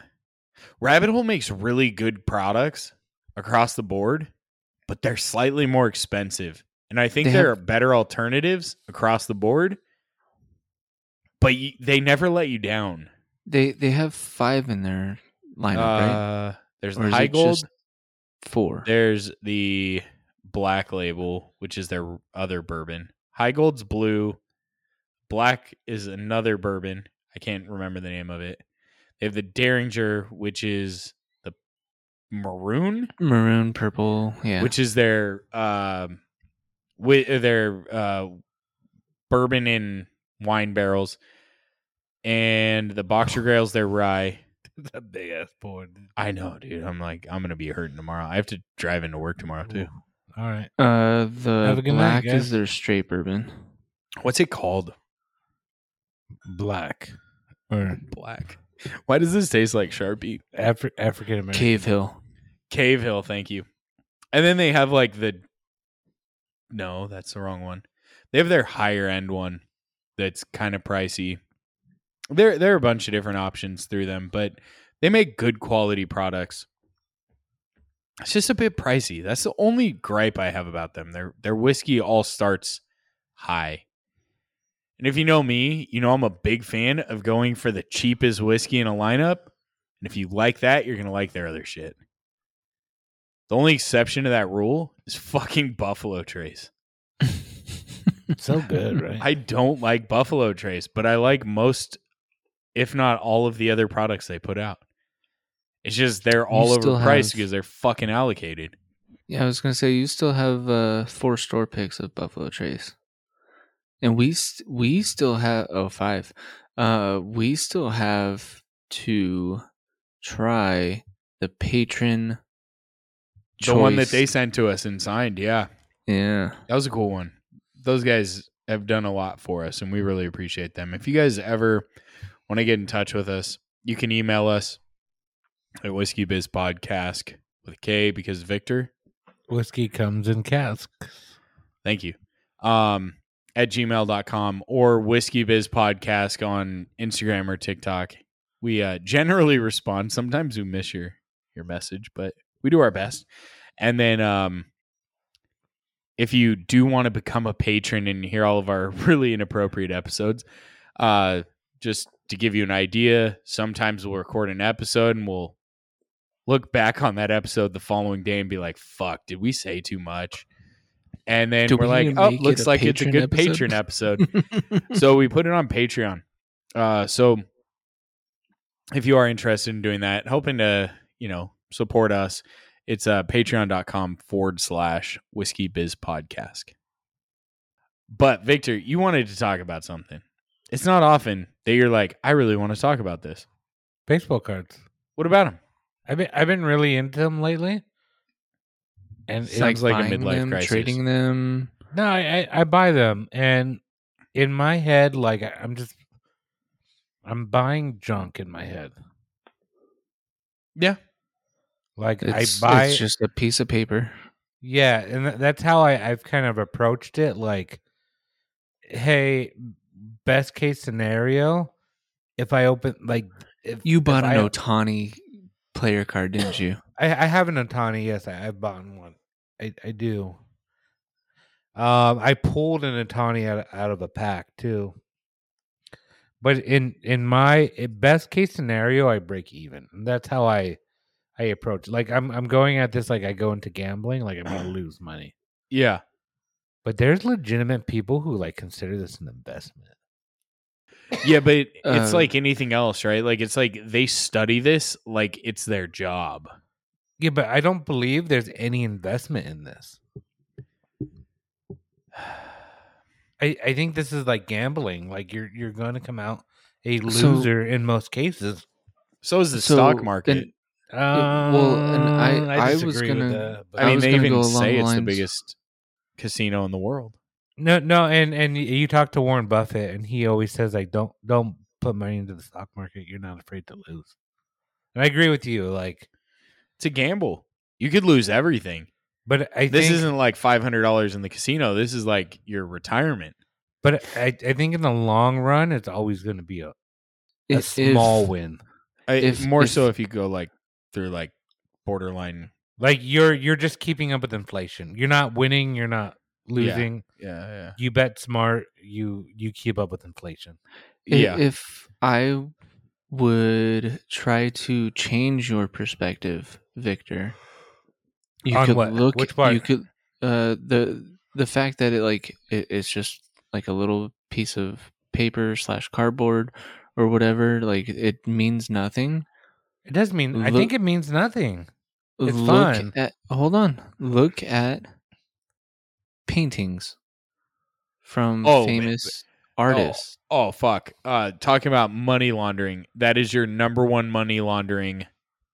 Rabbit Hole makes really good products across the board, but they're slightly more expensive. And I think
They
there
have-
are better alternatives across the board, but y they never let you down.
they they have five in their lineup, right?
Uh, there's
Or
the
is
High
it
Gold,
just four.
there's the Black Label, which is their other bourbon. High Gold's blue, Black is another bourbon. I can't remember the name of it. They have the Derringer, which is the maroon.
Maroon, purple, yeah.
which is their um wi- uh, their uh bourbon in wine barrels and the boxer grails their rye
it's a big ass board.
i know dude i'm like i'm gonna be hurting tomorrow i have to drive into work tomorrow too
All right.
uh,
Have
the
a good night,
black is
guys.
their straight bourbon.
what's it called
Black or
black why does this taste like sharpie
Afri- African American.
Cave Hill.
cave hill thank you and then they have like the no that's the wrong one They have their higher end one that's kind of pricey. There there are a bunch of different options through them, but they make good quality products. It's just a bit pricey. That's the only gripe I have about them. Their their whiskey all starts high. And if you know me, you know I'm a big fan of going for the cheapest whiskey in a lineup. And if you like that, you're going to like their other shit. The only exception to that rule is fucking Buffalo Trace.
so good, right?
I don't like Buffalo Trace, but I like most, if not all, of the other products they put out. It's just they're all
still
overpriced
have-
because they're fucking allocated.
Yeah, I was gonna say you still have uh, four store picks of Buffalo Trace, and we st- we still have oh five, uh, we still have to try the patron.
The one that
choice.
they sent to us and signed. Yeah.
yeah
That was a cool one. Those guys have done a lot for us, and we really appreciate them. If you guys ever want to get in touch with us, you can email us at whiskeybiz with a K because Victor.
Whiskey comes in casks.
Thank you. Um, at gmail.com or whiskeybiz on Instagram or TikTok. We uh, generally respond. Sometimes we miss your your message, but we do our best. And then um, if you do want to become a patron and hear all of our really inappropriate episodes, uh, just to give you an idea, sometimes we'll record an episode and we'll look back on that episode the following day and be like, fuck, did we say too much? And then
Do
we're
we
like,
need to
oh,
make it
looks
a
like it's a
patron
good
episode?"
patron episode so we put it on Patreon. Uh, so if you are interested in doing that, hoping to, you know, support us, it's uh, patreon.com forward slash whiskey biz podcast. But Victor, you wanted to talk about something. It's not often that you're like, I really want to talk about this.
Baseball cards.
What about him?
I've been I've been really into them lately. And it's like
Sounds like a
Buying
midlife
them,
crisis.
Trading them,
no, I, I I buy them, and in my head, like I, I'm just I'm buying junk in my head.
Yeah.
Like
it's,
I buy
it's just a piece of paper.
Yeah, and tha- that's how I, I've kind of approached it. Like, hey, best case scenario, if I open like if
You
if
bought
I,
an Otani player card, didn't you?
I, I have an Otani. Yes, I, I've bought one. I, I do. Um, I pulled an Otani out, out of a pack too. But in in my i- best case scenario, I break even. And That's how I I approach. Like I'm I'm going at this like I go into gambling. Like I'm gonna lose money.
Yeah.
But there's legitimate people who like consider this an investment.
Yeah, but it's
Uh,
like anything else, right? Like it's like they study this like it's their job.
Yeah, but I don't believe there's any investment in this. I, I think this is like gambling. Like you're you're going to come out a
So-
loser in most cases.
So is the
So
stock
then-
market.
Um,
well, and I- I was
Uh, disagree with
gonna-
that, but-
I, mean,
was
they
gonna
even
go along
say
the
it's the
lines-
biggest casino in the world.
no, no, and and y- you talk to Warren Buffett, and he always says like, don't don't put money into the stock market. You're not afraid to lose. And I agree with you. Like,
It's a gamble. You could lose everything.
but I
this
think,
isn't like five hundred dollars in the casino. This is like your retirement.
But I I think in the long run, it's always going to be a, a
If-
small
if-
win.
I,
If-
more so
if-
if you go like through like borderline.
Like you're you're just keeping up with inflation. You're not winning. You're not losing.
Yeah,
You bet smart. You you keep up with inflation.
I-
yeah, yeah.
If I would try to change your perspective, Victor, you
On
could
what?
look.
Which part?
You could uh, the the fact that it like it, it's just like a little piece of paper slash cardboard or whatever. Like it means nothing.
It does mean. I
Look-
think it means nothing. It's
look
fun.
at hold on. Look at paintings from
Oh, but-
famous artists.
Oh fuck! Uh, talking about money laundering. That is your number one money laundering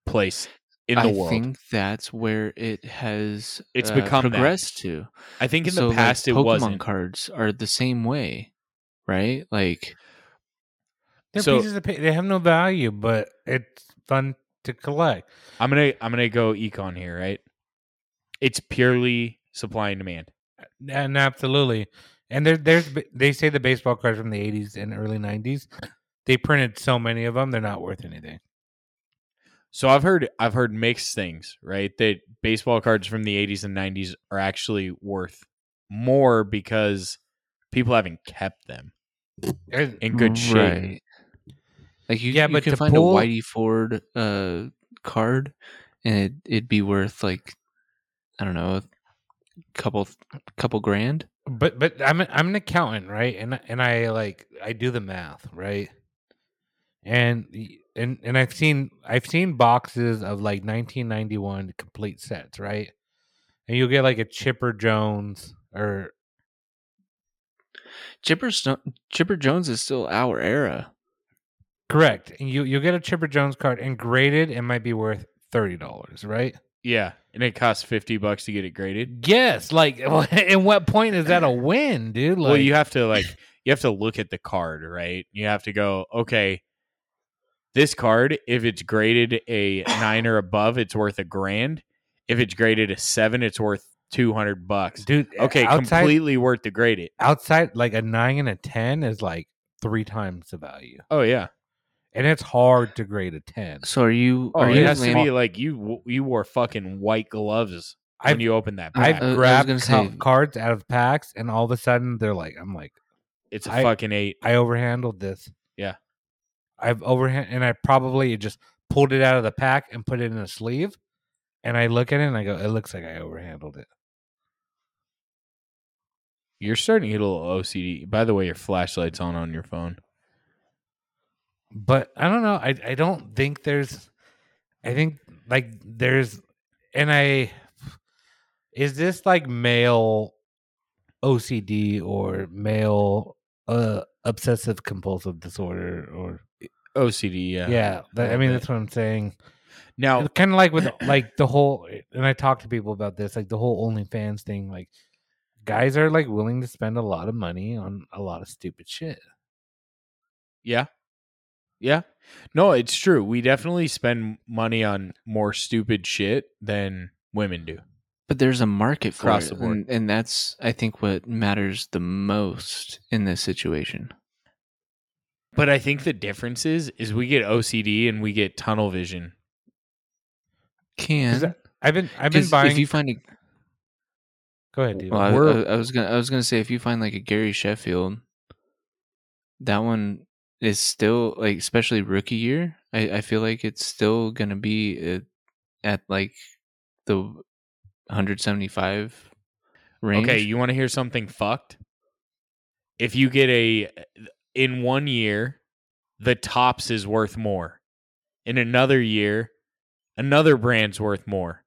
place in the
I
world.
think that's where it has
It's
uh,
become that.
progressed to.
I think in
So,
the
like,
past it
Pokemon
wasn't.
cards are the same way, right? Like
They're
So-
pieces of pa- they have no value, but it's fun to collect.
I'm gonna I'm gonna go econ here, right? It's purely supply and demand.
And absolutely, And there, there's they say the baseball cards from the 80s and early 90s. They printed so many of them, they're not worth anything.
So I've heard I've heard mixed things, right? That baseball cards from the 80s and 90s are actually worth more because people haven't kept them
And-
in good shape.
Right. Like you,
Yeah,
you
but
can
to
find
pull-
a Whitey Ford uh, card, and it, it'd be worth like I don't know, a couple couple grand.
But but I'm an, I'm an accountant, right? And and I like I do the math, right? And and and I've seen I've seen boxes of like 1991 complete sets, right? And you'll get like a Chipper Jones or
Chipper Sto- Chipper Jones is still our era.
correct, and you you'll get a Chipper Jones card and graded, it might be worth thirty dollars, right?
Yeah, and it costs 50 bucks to get it graded.
Yes, like, and what point is that a win, dude? Like,
well, you have to like you have to look at the card, right? You have to go, okay, this card if it's graded a 9 or above, it's worth a grand. If it's graded a 7, it's worth 200 bucks.
dude.
Okay,
outside,
completely worth to grade it.
outside, like a nine and a ten is like three times the value.
Oh yeah.
and it's hard to grade a 10
So are you?
Oh,
are
it
you
has to
Atlanta-
be like you you wore fucking white gloves
I've-
when you opened that
i've
pack.
I was
grabbed
gonna
co-
say-
cards out of packs and all of a sudden they're like i'm like
it's a
I-
fucking 8.
i overhandled this
Yeah.
i've overhand and i probably just pulled it out of the pack and put it in a sleeve and i look at it and i go it looks like i overhandled it
You're starting to get a little OCD. By the way, your flashlight's on on your phone.
but i don't know i, I don't think there's i think like there's and i is this like male ocd or male uh obsessive compulsive disorder or
OCD, yeah.
yeah, that, i mean that's what i'm saying
Now,
kind of like with like the whole and i talk to people about this like the whole onlyfans thing like guys are like willing to spend a lot of money on a lot of stupid shit
yeah. Yeah. No, it's true. We definitely spend money on more stupid shit than women do.
but there's a market for
Across
it,
the board.
And, and that's I think what matters the most in this situation.
But I think the difference is is we get OCD and we get tunnel vision.
Can
i've been i've
'cause
been buying
if you find a
go ahead dude
Well, I,
We're-
I, I was gonna I was gonna say if you find like a Gary Sheffield, that one is still like especially rookie year. I, I feel like it's still gonna be at, at like the 175 range.
Okay, you want to hear something fucked? If you get a in one year, the tops is worth more. In another year, another brand's worth more.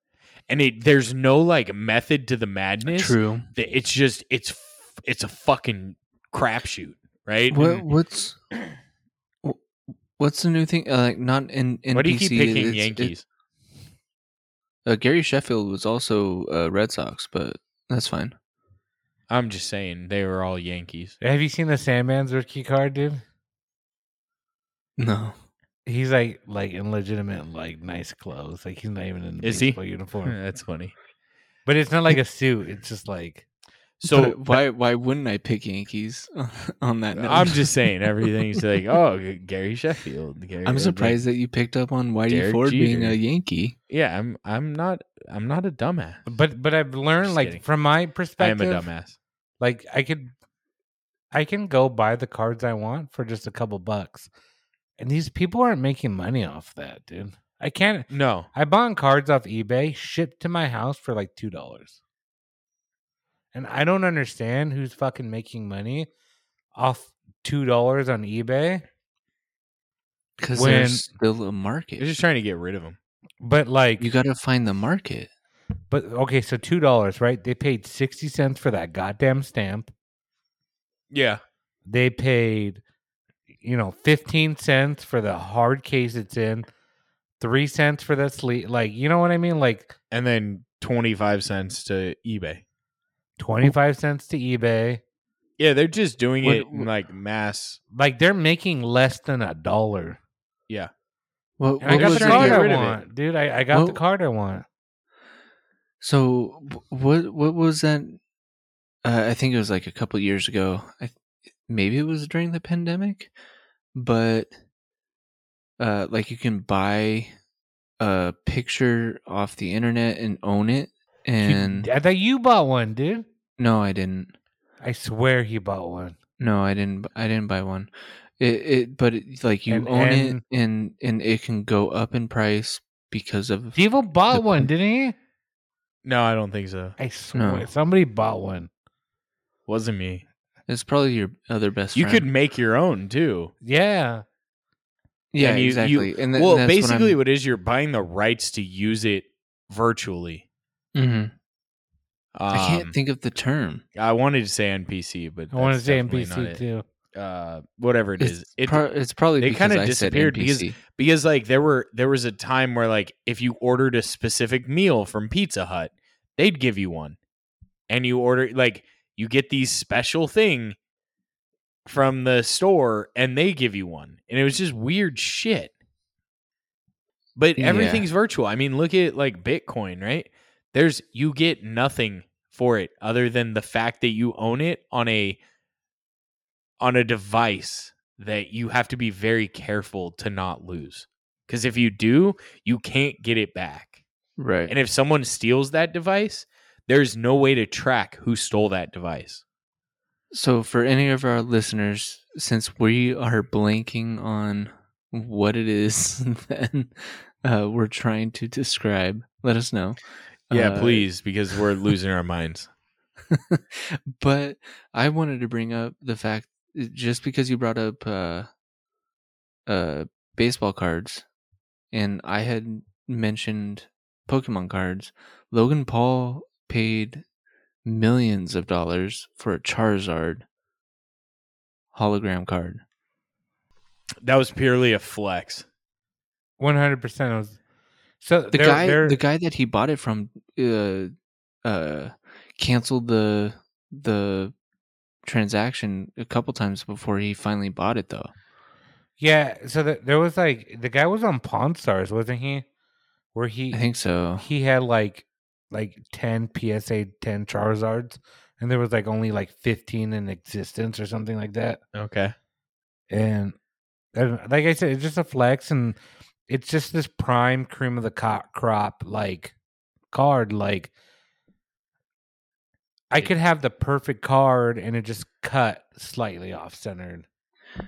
And it there's no like method to the madness.
true.
Th- It's just it's f- it's a fucking crapshoot, right?
What
And
what's wh- what's the new thing? Uh, like not in in
why do you keep
PC,
picking
it's- it-
Yankees?
uh, Gary Sheffield was also uh, Red Sox, but that's fine.
I'm just saying they were all Yankees.
Have you seen the Sandman's rookie card, dude?
No,
He's like like in legitimate like nice clothes. Like he's not even in the
Is he?
baseball uniform.
That's funny.
but it's not like a suit. It's just like
So
But why why wouldn't I pick Yankees on that? Note?
I'm just saying everything's like, oh, Gary Sheffield. Gary
I'm
Sheffield.
surprised that you picked up on Whitey
Derek
Ford being
Jeter.
a Yankee.
Yeah, I'm I'm not I'm not a dumbass.
but but I've learned
Just
like
kidding.
from my
I am
perspective.
a dumbass.
Like I could I can go buy the cards I want for just a couple bucks. And these people aren't making money off that, dude. I can't
No.
I bought cards off eBay, shipped to my house for like two dollars. And I don't understand who's fucking making money off two dollars on eBay.
Because
When-
there's still a
They're
market.
just trying to get rid of him.
But like,
You got to find the market.
but okay, so two dollars, right? They paid sixty cents for that goddamn stamp.
Yeah.
They paid, you know, fifteen cents for the hard case it's in, three cents for the sleeve. Like, you know what I mean? Like
And then 25 cents to eBay.
twenty five cents to eBay.
Yeah, they're just doing
What-
it in like mass.
Like they're making less than a dollar.
What,
And I
what
got
was
the
trying to
card
get
I
rid of it.
want, dude. I, I got the
Well-
card I want.
So wh- what what was that uh, I think it was like a couple years ago. I th- maybe it was during the pandemic, but uh, like you can buy a picture off the internet and own it. And
I thought you bought one, dude.
no, I didn't.
I swear he bought one.
No, I didn't. b- I didn't buy one. It, it but it, like you
And-
own
and-
it, and and it can go up in price because of
Devo bought
The-
one, didn't he?
No, I don't think so.
I swear somebody bought one.
Wasn't me.
it's probably your other best.
You
friend.
could make your own too.
Yeah.
yeah,
and you- you-
exactly. and th-
well,
that's what
basically,
I'm-
what it is you're buying the rights to use it virtually.
Mhm.
Um,
I can't think of the term.
I wanted to say NPC, but
I want to
that's
say
definitely not
NPC
it.
too.
Uh, whatever it is,
It's,
it,
pro- it's probably
they
because
kinda
I
disappeared
said
because-
NPC.
because like there were there was a time where like if you ordered a specific meal from Pizza Hut, they'd give you one, and you order like you get these special thing from the store, and they give you one, and it was just weird shit. But
Yeah.
everything's virtual. I mean, look at like Bitcoin, right? There's you get nothing for it other than the fact that you own it on a on a device that you have to be very careful to not lose. Because if you do, you can't get it back.
right?
And if someone steals that device, there's no way to track who stole that device.
So, for any of our listeners, since we are blanking on what it is that uh, we're trying to describe, let us know. Uh,
please, because we're losing our minds.
but I wanted to bring up the fact eh, just because you brought up uh, uh, baseball cards, and I had mentioned Pokemon cards, Logan Paul paid millions of dollars for a Charizard hologram card.
That was purely a flex.
One hundred percent was. So
The
they're-
guy,
they're-
the guy that he bought it from, uh, uh, canceled the the transaction a couple times before he finally bought it, though.
yeah. So the, there was like the guy was on Pawn Stars, wasn't he? Where he
I think so.
he had like like 10 PSA 10 Charizards and there was like only like 15 in existence or something like that.
Okay.
And I don't know, like I said, it's just a flex and it's just this prime cream of the co- crop like card like I could have the perfect card and it just cut slightly off centered.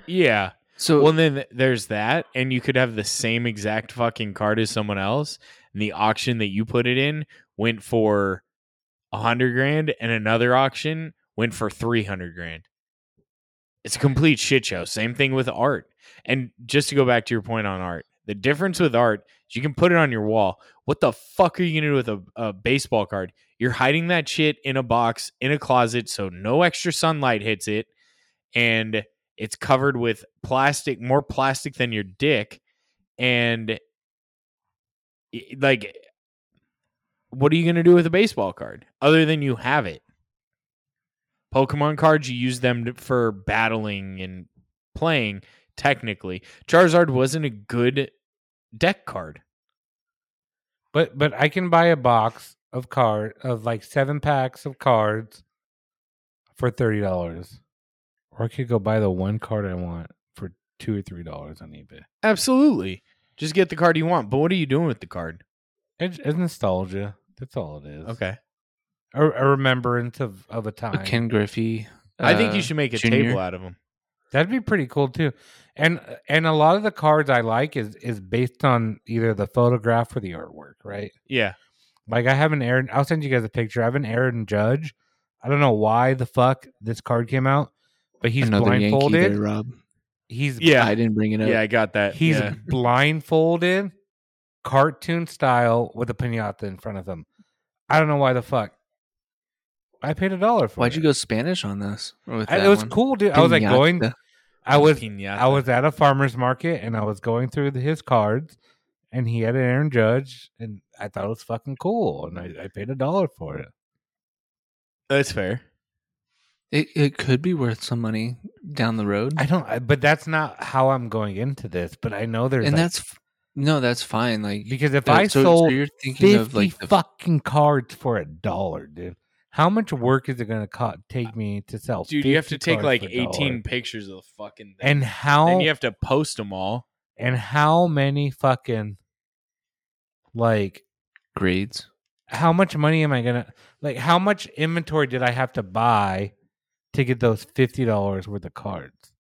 Yeah.
So
Well, then there's that. And you could have the same exact fucking card as someone else. And the auction that you put it in went for a hundred grand, and another auction went for 300 grand. It's a complete shit show. Same thing with art. And just to go back to your point on art, the difference with art is you can put it on your wall. What the fuck are you going to do with a, a baseball card? You're hiding that shit in a box, in a closet, so no extra sunlight hits it. And it's covered with plastic, more plastic than your dick. And i- like, what are you going to do with a baseball card other than you have it? Pokemon cards, you use them to, for battling and playing, technically. Charizard wasn't a good deck card.
But but I can buy a box of card of like seven packs of cards for thirty dollars, or I could go buy the one card I want for two or three dollars on eBay.
Absolutely. Just get the card you want. But what are you doing with the card?
It's, it's nostalgia. That's all it is.
Okay.
a, a remembrance of of a time.
uh, Ken Griffey.
I think
uh,
you should make a
Junior.
table out of them.
That'd be pretty cool too. And and a lot of the cards I like is is based on either the photograph or the artwork, right?
Yeah.
Like I have an Aaron. I'll send you guys a picture. I have an Aaron Judge. I don't know why the fuck this card came out, but he's
another
blindfolded.
Yankee there, Rob.
he's
Yeah.
I didn't bring it up.
Yeah, I got that.
he's
yeah.
blindfolded, cartoon style with a pinata in front of him. I don't know why the fuck. I paid a dollar for
Why'd
it.
you go Spanish on this? Or with
I,
that
it was
one?
cool, dude. I was like
Piñata.
going. I was
Piñata.
I was at a farmer's market and I was going through the, his cards, and he had an Aaron Judge, and I thought it was fucking cool, and I, I paid a dollar for it.
That's fair.
It it could be worth some money down the road,
I don't, I, but that's not how I'm going into this. But I know there's
and
like-
that's f- no, that's fine. Like
because if
that-
I
so, so
sold
you're thinking
fifty
of like the
fucking cards for a dollar, dude. How much work is it going to co- take me to sell?
Dude, you have to
50
take
cars
like
for a dollar?
18 pictures of the fucking thing.
And how
then you have to post them all.
and how many fucking like
grades.
how much money am I gonna like? How much inventory did I have to buy to get those fifty dollars worth of cards?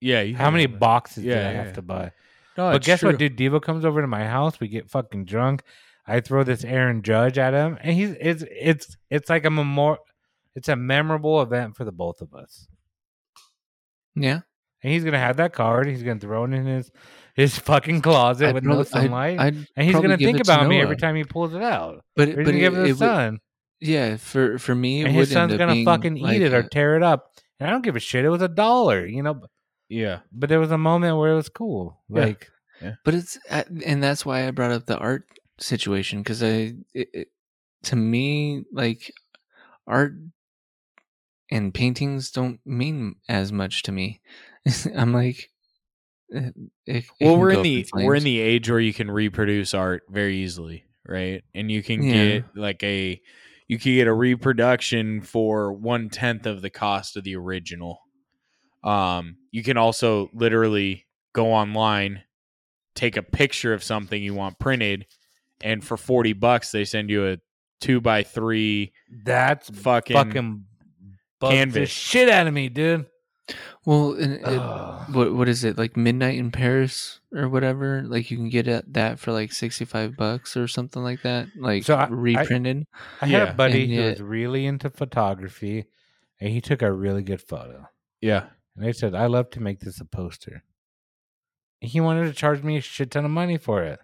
Yeah. You
How many boxes did
Yeah,
I
yeah,
have
yeah.
to buy?
No,
but
it's
guess
true.
what, dude? Devo comes over to my house. We get fucking drunk. I throw this Aaron Judge at him, and he's it's it's it's like a memor- it's a memorable event for the both of us.
Yeah,
And he's gonna have that card. He's gonna throw it in his his fucking closet
I'd
with no
probably- I'd-
sunlight,
I'd
and he's
probably
gonna
give
think
it to
about me
Noah.
every time he pulls it out.
But
Or
it-
he's
but
gonna give
it,
it to
it
his
would-
son.
yeah, for for me, it
and
would
his son's
end up
gonna
being
fucking eat
like
it or
a-
tear it up. And I don't give a shit. It was a dollar, you know. but-
Yeah.
But there was a moment where it was cool.
Yeah.
Like,
but it's uh, and that's why I brought up the art situation because I it, it, to me like art and paintings don't mean as much to me. I'm like, eh, it, it
Well,
can
we're
go
in
up
the
flames.
we're in the age where you can reproduce art very easily, right? And you can
Yeah.
get like a you can get a reproduction for one tenth of the cost of the original. Um, you can also literally go online, take a picture of something you want printed, and for forty bucks they send you a two by three
that's
fucking,
fucking bugs the
canvas.
shit out of me, dude.
well, and it-
Ugh.
what what is it like midnight in paris or whatever like you can get at that for like 65 bucks or something like that like
So I- I-
reprinted
I had
Yeah.
a buddy
And
who
yet-
was really into photography, and he took a really good photo.
yeah.
And I said, "I love to make this a poster." He wanted to charge me a shit ton of money for it.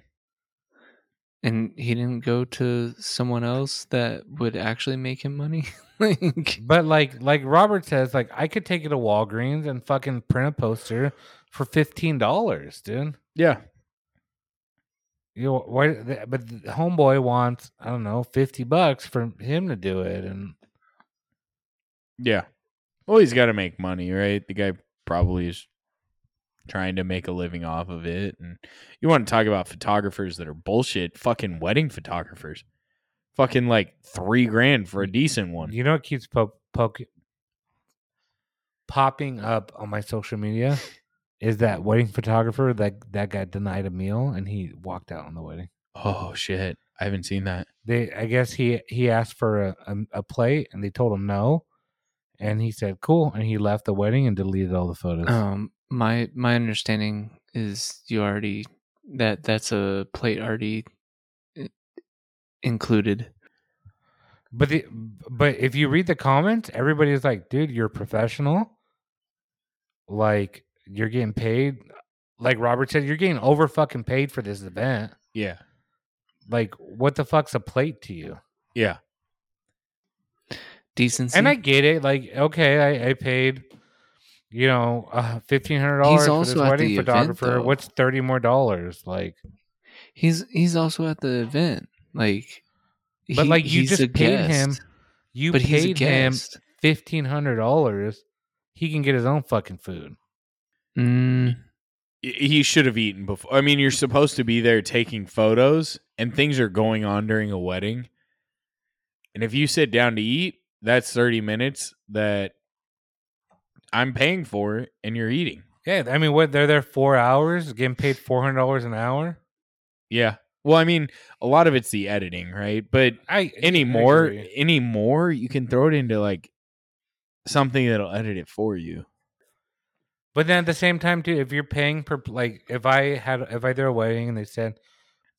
and he didn't go to someone else that would actually make him money like
But like like Robert says, like I could take it to Walgreens and fucking print a poster for fifteen dollars, dude.
Yeah.
You know, why? th- But the homeboy wants I don't know fifty bucks for him to do it, and
Yeah. Well, he's got to make money, right? The guy probably is trying to make a living off of it. And you want to talk about photographers that are bullshit? Fucking wedding photographers. Fucking like three grand for a decent one.
you know it keeps po- poke- popping up on my social media is that wedding photographer that that got denied a meal and he walked out on the wedding.
Oh, shit. I haven't seen that.
they i guess he he asked for a, a, a plate and they told him no and he said cool and he left the wedding and deleted all the photos
um my my understanding is you already that that's a plate already i- included
but the, but if you read the comments everybody's like dude you're a professional like you're getting paid like robert said you're getting over fucking paid for this event
Yeah.
like what the fuck's a plate to you
Yeah.
decency
and i get it like okay i, I paid you know uh, $1500
He's
for
also
this
at
wedding
the event,
photographer
though.
what's 30 more dollars like
he's he's also at the event like
But, like, you
he's
just
a
paid him
guest,
You
but he's a
paid him
guest.
fifteen hundred dollars. He can get his own fucking food.
Mm.
Y- He should have eaten before. I mean, you're supposed to be there taking photos, and things are going on during a wedding. And if you sit down to eat, that's 30 minutes that I'm paying for, and you're eating.
Yeah, I mean, what they're there four hours, getting paid four hundred dollars an hour.
Yeah. Well, I mean, a lot of it's the editing, right? But
I
anymore,
agree.
anymore, you can throw it into like something that'll edit it for you.
but then at the same time too, if you're paying per like, if I had if I did a wedding and they said,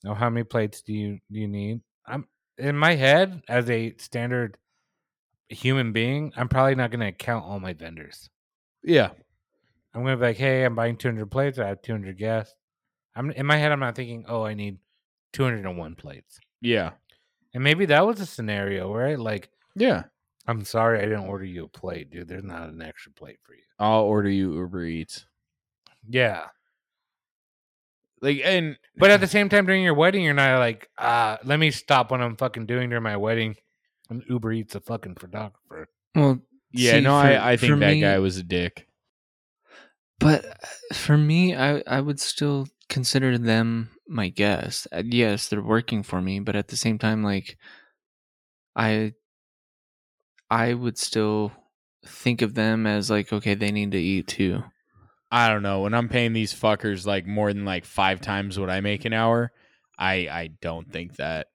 "Oh, how many plates do you do you need?" I'm in my head as a standard human being, I'm probably not going to count all my vendors.
Yeah.
I'm gonna be like, hey, I'm buying 200 plates. I have 200 guests. I'm in my head. I'm not thinking, oh, I need 201 plates.
Yeah.
And maybe that was a scenario, right? Like,
Yeah.
I'm sorry, I didn't order you a plate, dude. There's not an extra plate for you.
I'll order you Uber Eats.
Yeah,
Like, and
but at the same time, during your wedding, you're not like, uh, let me stop what I'm fucking doing during my wedding and Uber Eats a fucking photographer.
Well,
yeah,
See,
no,
for-
I, I
for
think that
me-
guy was a dick.
but uh, for me, I I would still consider them my guest. Uh, Yes, they're working for me, but at the same time, like I I would still think of them as like, okay, they need to eat too.
I don't know. When I'm paying these fuckers like more than like five times what I make an hour, I I don't think that.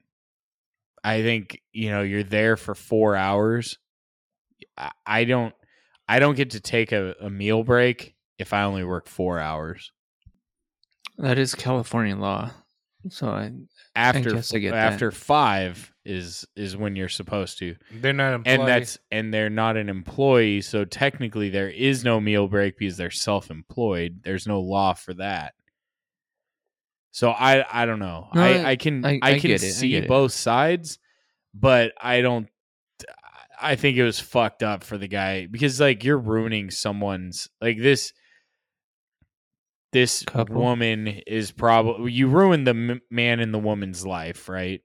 I think you know you're there for four hours. I, I don't I don't get to take a, a meal break if I only work four hours
That is California law. So I
after
guess I get that.
after five is is when you're supposed to.
They're not employed.
and that's and they're not an employee so technically there is no meal break because they're self-employed there's no law for that so i i don't know
No,
I,
I-
I can
I-
i,
I
can
get it, I
see
get it.
both sides but i don't i think it was fucked up for the guy because like you're ruining someone's like this this
Couple?
woman is probably you ruined the m- man and the woman's life right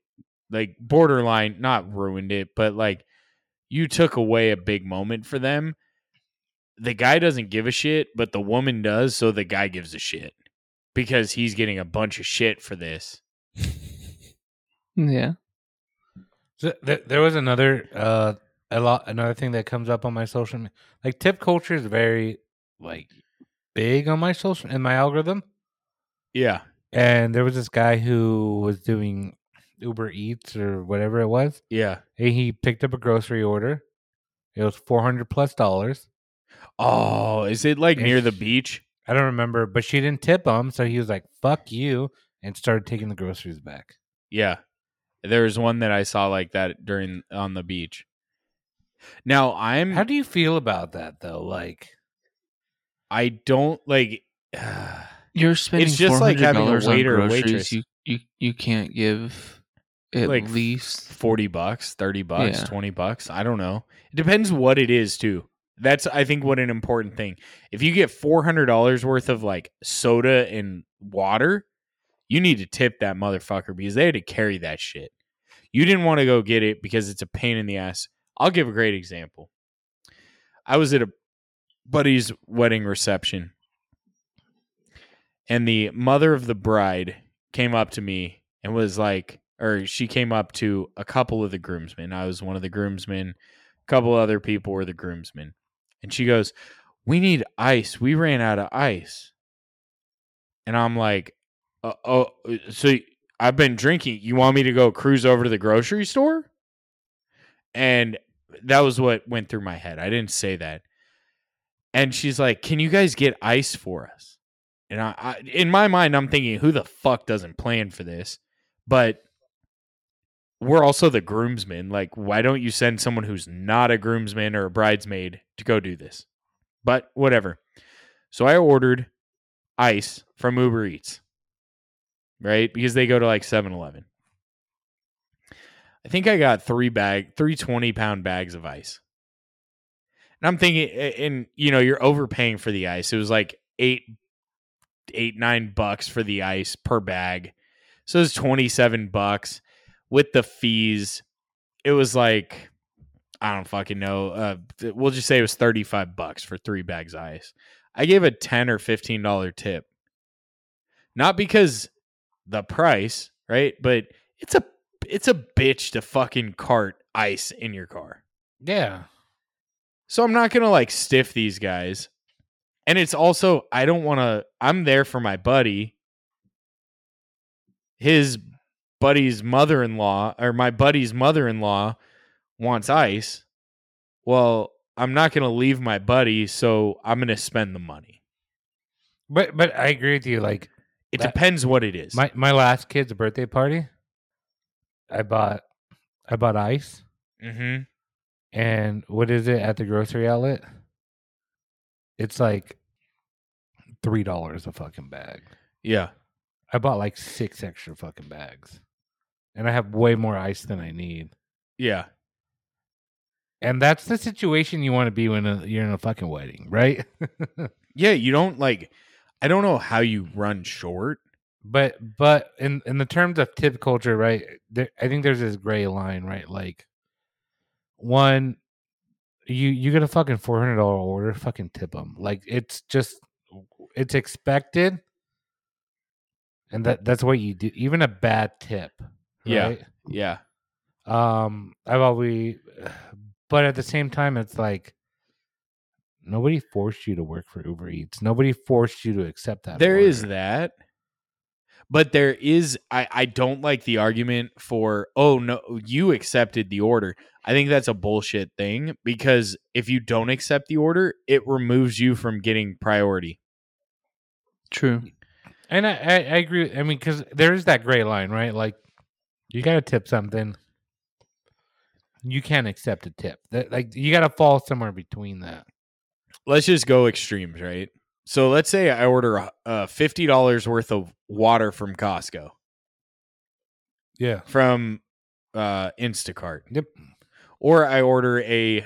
like borderline not ruined it but like you took away a big moment for them the guy doesn't give a shit but the woman does so the guy gives a shit because he's getting a bunch of shit for this
yeah.
So th- there was another uh a lot another thing that comes up on my social media. Like tip culture is very like big on my social in my algorithm.
yeah
And there was this guy who was doing Uber Eats or whatever it was.
yeah
And he picked up a grocery order. It was four hundred plus dollars.
oh is it like near the
Ish.
beach
I don't remember, but she didn't tip him, so he was like, "Fuck you," and started taking the groceries back.
Yeah. There was one that I saw like that during on the beach. Now I'm
How do you feel about that though? Like,
I don't like
You're spending
It's just like having a
$400
waiter or
on groceries.
waitress.
You, you you can't give at
Like,
least
40 bucks, 30 bucks,
Yeah.
20 bucks. I don't know. It depends what it is too. That's I think what an important thing. If you get $400 worth of like soda and water, you need to tip that motherfucker because they had to carry that shit. You didn't want to go get it because it's a pain in the ass. I'll give a great example. I was at a buddy's wedding reception and the mother of the bride came up to me and was like or she came up to a couple of the groomsmen i was one of the groomsmen a couple other people were the groomsmen and she goes we need ice we ran out of ice and i'm like uh, oh so i've been drinking you want me to go cruise over to the grocery store and that was what went through my head i didn't say that and she's like can you guys get ice for us and I, I in my mind I'm thinking who the fuck doesn't plan for this? But we're also the groomsmen. Like why don't you send someone who's not a groomsman or a bridesmaid to go do this? But whatever. So I ordered ice from Uber Eats. Right? Because they go to like 7-Eleven. I think I got three bag, three 20 pound bags of ice. And I'm thinking, a- and you know, you're overpaying for the ice. It was like eight eight nine bucks for the ice per bag so it's 27 bucks with the fees it was like i don't fucking know uh, th- we'll just say it was 35 bucks for three bags of ice i gave a 10 or 15 dollar tip not because the price right but it's a it's a bitch to fucking cart ice in your car
yeah,
so I'm not gonna like stiff these guys. And it's also I don't wanna I'm there for my buddy. His buddy's mother in law or my buddy's mother in law wants ice. Well, I'm not gonna leave my buddy, so I'm gonna spend the money.
but but I agree with you. Like,
It
That-
depends what it is.
My my last kid's birthday party, I bought I bought ice
mm-hmm.
and what is it at the grocery outlet? It's like three dollars a fucking bag.
Yeah.
I bought like six extra fucking bags. And I have way more ice than I need.
Yeah.
And that's the situation you want to be when uh you're in a fucking wedding, right?
Yeah, you don't like I don't know how you run short.
but but in in the terms of tip culture right there, i think there's this gray line right like one you you get a fucking $400 order fucking tip them like it's just it's expected and that that's what you do even a bad tip
Yeah.
right?
Yeah.
um i've always But at the same time, it's like nobody forced you to work for Uber Eats. Nobody forced you to accept that.
There is
order.
that. But there is I I don't like the argument for oh no you accepted the order. I think that's a bullshit thing because if you don't accept the order, it removes you from getting priority.
True.
and I, I, I agree. I mean, because there is that gray line, right? Like you got to tip something. You can't accept a tip. That like you got to fall somewhere between that.
Let's just go extremes, right? So let's say I order a- uh, $50 worth of water from Costco
Yeah.
from uh, Instacart.
Yep.
Or I order a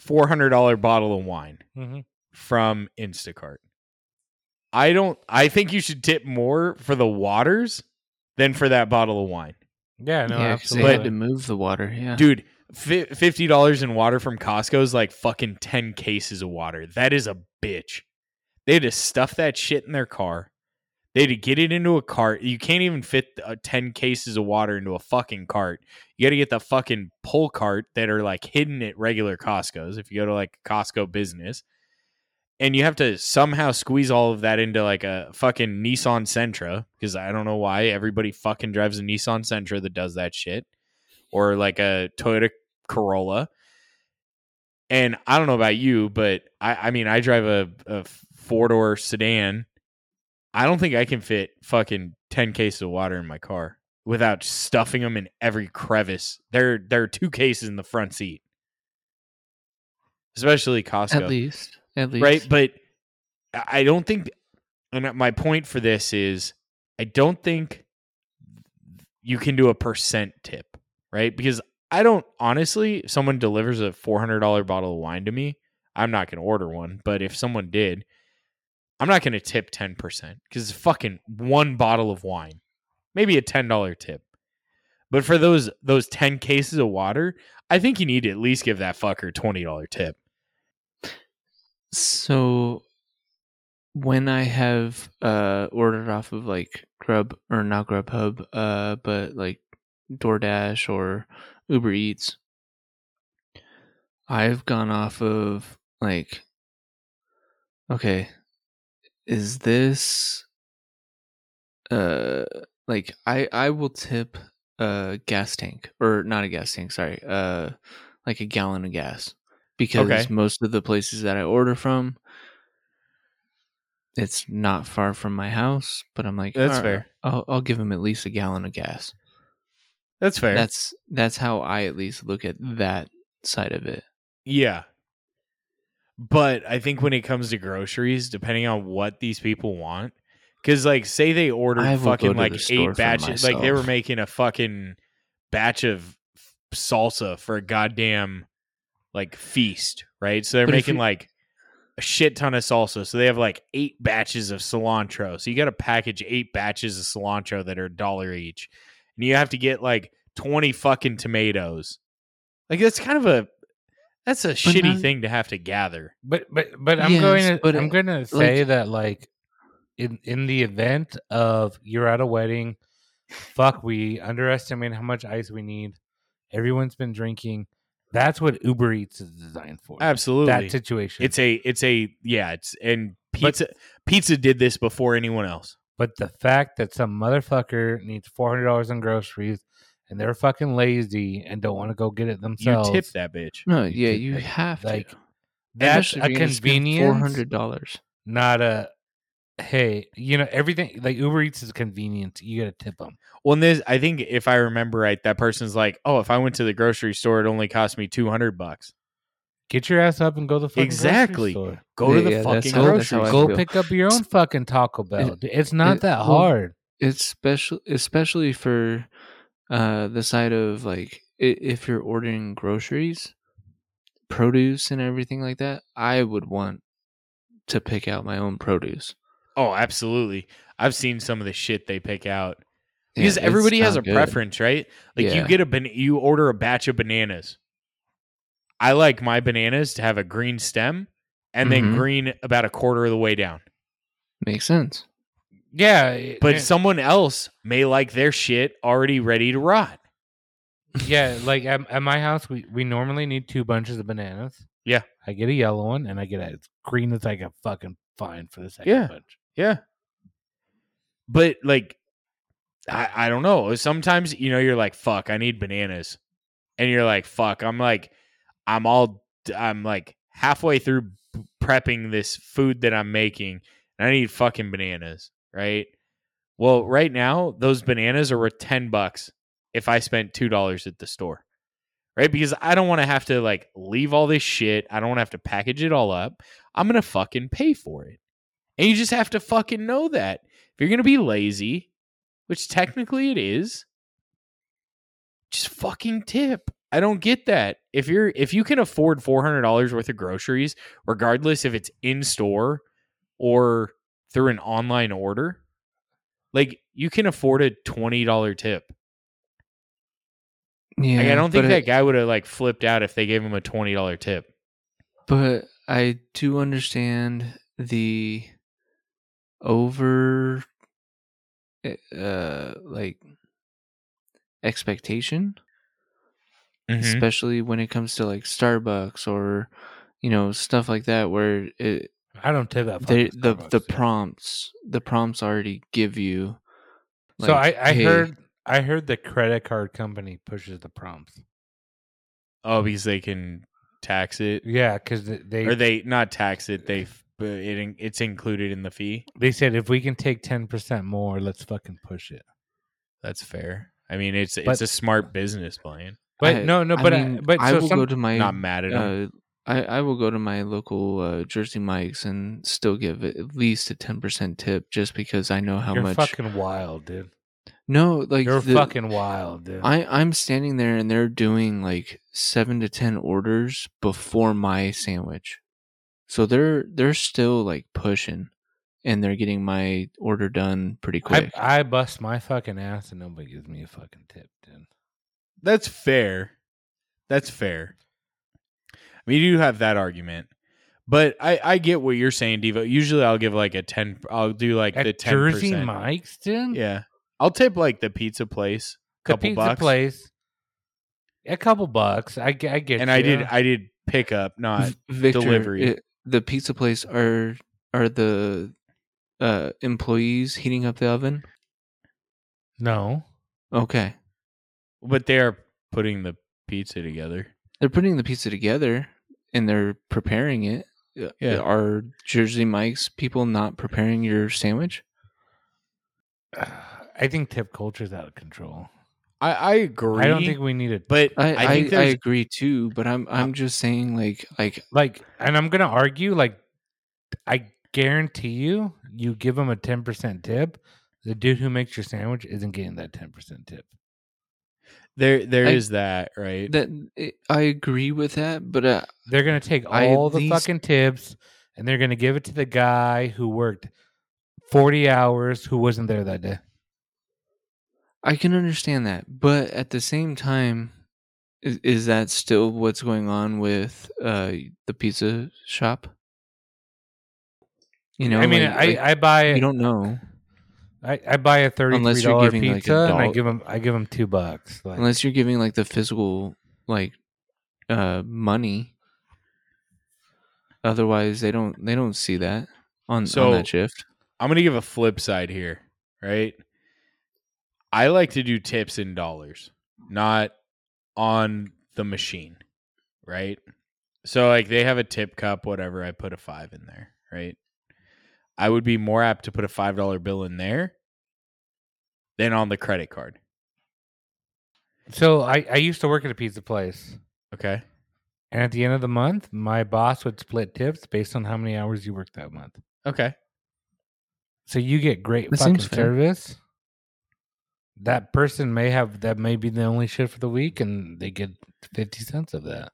$400 bottle of wine.
Mm-hmm.
from Instacart. I don't I think you should tip more for the waters than for that bottle of wine.
Yeah. No.
yeah, 'cause they had to
absolutely.
move the water. Yeah.
Dude, fi- $50 in water from Costco is like fucking 10 cases of water. That is a bitch. They had to stuff that shit in their car. They had to get it into a cart. You can't even fit uh, 10 cases of water into a fucking cart. You got to get the fucking pull cart that are like hidden at regular Costco's if you go to like Costco business. And you have to somehow squeeze all of that into like a fucking Nissan Sentra because I don't know why everybody fucking drives a Nissan Sentra that does that shit or like a Toyota Corolla. And I don't know about you, but I, I mean, I drive a, a four door sedan. I don't think I can fit fucking 10 cases of water in my car without stuffing them in every crevice. There, there are two cases in the front seat, especially Costco
At least. At least.
right but i I don't think and my point for this is i don't think you can do a percent tip right because i don't honestly if someone delivers a $400 bottle of wine to me i'm not going to order one but if someone did i'm not going to tip 10% because it's fucking one bottle of wine maybe a $10 tip but for those those 10 cases of water i think you need to at least give that fucker $20 tip
So when I have uh ordered off of like Grub or not Grubhub, uh but like DoorDash or Uber Eats, I've gone off of like okay, is this uh like I I will tip a gas tank or not a gas tank, sorry, uh like a gallon of gas because
Okay.
most of the places that I order from it's not far from my house, but I'm like
That's
"All
fair.
I'll, I'll give him at least a gallon of gas.
that's fair
That's that's how I at least look at that side of it.
Yeah. But I think when it comes to groceries, depending on what these people want, because like say they
I
ordered
will go
fucking
to
like
the store
eight
for
batches, like they were
myself.
making a fucking batch of salsa for a goddamn like feast, right? So they're
But if
making
you-
like a shit ton of salsa. So they have like eight batches of cilantro. So you got to package eight batches of cilantro that are a dollar each. And you have to get like 20 fucking tomatoes. Like that's kind of a that's a shitty
not-
thing to have to gather.
But but but I'm
Yes,
going to
but,
I'm
uh,
going to say that like in in the event of you're at a wedding, fuck we underestimate how much ice we need. Everyone's been drinking. That's what Uber Eats is designed for.
Absolutely.
That situation.
it's a it's a yeah, it's and
But-
pizza pizza did this before anyone else.
but the fact that some motherfucker needs four hundred dollars in groceries and they're fucking lazy and don't want to go get it themselves.
you tip that bitch.
No, yeah,
did
you
that,
have
like,
to.
That's a
Four
convenience.
hundred dollars.
Not a hey, you know everything like Uber Eats is a convenience. You got to tip them.
Well, and this I think if I remember right, that person's like, oh, if I went to the grocery store, it only cost me two hundred bucks.
Get your ass up and go to the fucking
Exactly.
grocery store.
Go to the
Yeah, yeah, that's
fucking
how- that's
grocery.
how I
store.
Go
feel.
pick up your own fucking Taco Bell. dude. it's not
it-
that
well-
hard.
It's special, especially for uh, the side of like i- if you're ordering groceries, produce, and everything like that. I would want to pick out my own produce
Oh, absolutely. I've seen some of the shit they pick out.
Yeah,
because
it's
everybody has a
not good.
preference, right? Like you
Yeah.
get a ban- you order a batch of bananas. I like my bananas to have a green stem and then
Mhm.
green about a quarter of the way down.
Makes sense.
Yeah,
But
and-
someone else may like their shit already ready to rot.
yeah, like at, at my house, we, we normally need two bunches of bananas.
Yeah.
I get a yellow one and I get a green that's like a fucking fine for the second
Yeah.
bunch.
Yeah. But like I, I don't know. Sometimes, you know, you're like, fuck, I need bananas. And you're like, fuck, I'm like, I'm all I'm like halfway through p- prepping this food that I'm making, and I need fucking bananas, right? Well, right now, those bananas are worth 10 bucks if I spent two dollars at the store. Right? Because I don't want to have to like leave all this shit. I don't want to have to package it all up. I'm gonna fucking pay for it. And you just have to fucking know that. If you're going to be lazy, which technically it is, just fucking tip. I don't get that. If you're if you can afford $400 worth of groceries, regardless if it's in store or through an online order, like you can afford a $20 tip.
Yeah,
like I don't think
but
that
I-
guy would have like flipped out if they gave him a $20 tip.
but I do understand the over uh like expectation
Mm-hmm.
Mm-hmm. especially when it comes to like Starbucks or you know stuff like that where it,
I don't tip that.
they,
fucking
the
Starbucks,
the
dude.
prompts the prompts already give you
so
like,
I, I
hey,
heard I heard the credit card company pushes the prompts.
Oh, because they can tax it.
Yeah, because they
or they not tax it they f- but it in- it's included in the fee
they said if we can take ten percent more, let's fucking push it.
that's fair i mean it's
But-
it's a smart business plan
But
I-
no, no, but
I
I,
mean,
but
I
so
will
some,
go to my
not mad at them
uh, I, I will go to my local uh, Jersey Mike's and still give at least a ten percent tip just because I know how
you're
much.
fucking wild, dude.
no, like
You're
the-
fucking wild, dude.
I I'm standing there and they're doing like seven to ten orders before my sandwich, so they're they're still like pushing, and they're getting my order done pretty
I,
quick.
I bust my fucking ass and nobody gives me a fucking tip, dude.
that's fair that's fair i mean you do have that argument but i i get what you're saying devo usually i'll give like a 10 i'll do like the
At
10
Jersey Mike's, dude.
yeah i'll tip like the pizza place
the
couple
pizza
bucks
place. A couple bucks. I, ge- I get.
and i
you.
did i did pick up not
V- Victor,
delivery.
it- the pizza place are are the uh, employees heating up the oven.
no.
Okay,
but they are putting the pizza together
they're putting the pizza together and they're preparing it. Uh,
Yeah.
Are Jersey Mike's people not preparing your sandwich?
I think tip culture's out of control.
i i agree
I don't think we need it.
but
I I, I,
think there's
agree too, but I'm I'm just saying like like
like, and I'm gonna argue. Like, I guarantee you, you give him a ten percent tip. The dude who makes your sandwich isn't getting that ten percent tip.
There, there is
I-
that, right?
that. It, I agree with that, but uh,
They're gonna take
I at
all the
least-
fucking tips, and they're gonna give it to the guy who worked forty hours who wasn't there that day.
I can understand that. But at the same time, is, is that still what's going on with uh the pizza shop? You know,
I mean,
like-
I,
like,
I buy
you don't know
I, I buy a
Unless
thirty-three
you're
dollar
giving, like, a
pizza and I
doll-
give him I give him two bucks. Like,
unless you're giving like the physical like uh money. Otherwise, they don't they don't see that on
So-
on that shift.
I'm gonna give a flip side here, right? I like to do tips in dollars, not on the machine, right? So like they have a tip cup, whatever. I put a five in there, right? I would be more apt to put a five dollar bill in there than on the credit card.
so I, I used to work at a pizza place,
Okay,
and at the end of the month, my boss would split tips based on how many hours you worked that month.
okay,
So you get great
That
fucking
seems fair.
service. That person may have that may be the only shift for the week, and they get fifty cents of that.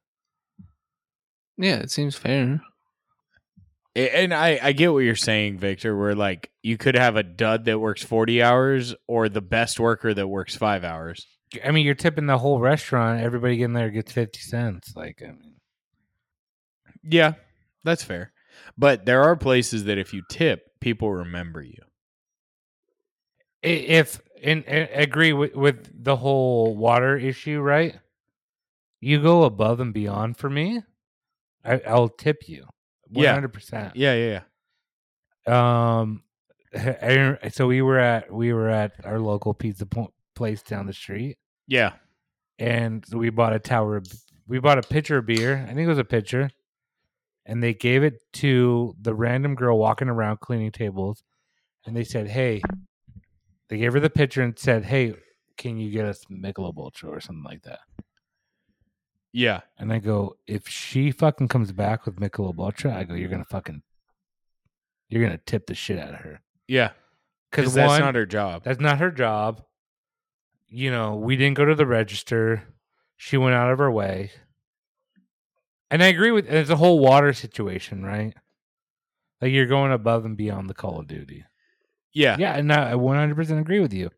Yeah, it seems fair.
A- and I I get what you're saying, Victor. Where like you could have a dud that works forty hours, or the best worker that works five hours.
I mean, you're tipping the whole restaurant. Everybody in there gets fifty cents. Like, I mean,
Yeah, that's fair. But there are places that if you tip, people remember you.
i- if and, and agree with, with the whole water issue, right? You go above and beyond for me, I, I'll tip you.
Yeah.
100%.
Yeah, yeah, yeah.
Um, I, I- so we were at we were at our local pizza po- place down the street,
Yeah.
and we bought a tower. Of, we bought a pitcher of beer. I think it was a pitcher, and they gave it to the random girl walking around cleaning tables, and they said, "Hey," they gave her the pitcher and said, "Hey, can you get us Michelob Ultra or something like that?"
Yeah.
And I go, "If she fucking comes back with Michelob Ultra, I go, you're gonna fucking, you're gonna tip the shit out of her."
Yeah. Because that's not her job.
That's not her job. You know, we didn't go to the register. She went out of her way. And I agree with it's a whole water situation, right? Like you're going above and beyond the call of duty.
yeah.
Yeah, and I I 100% agree with you.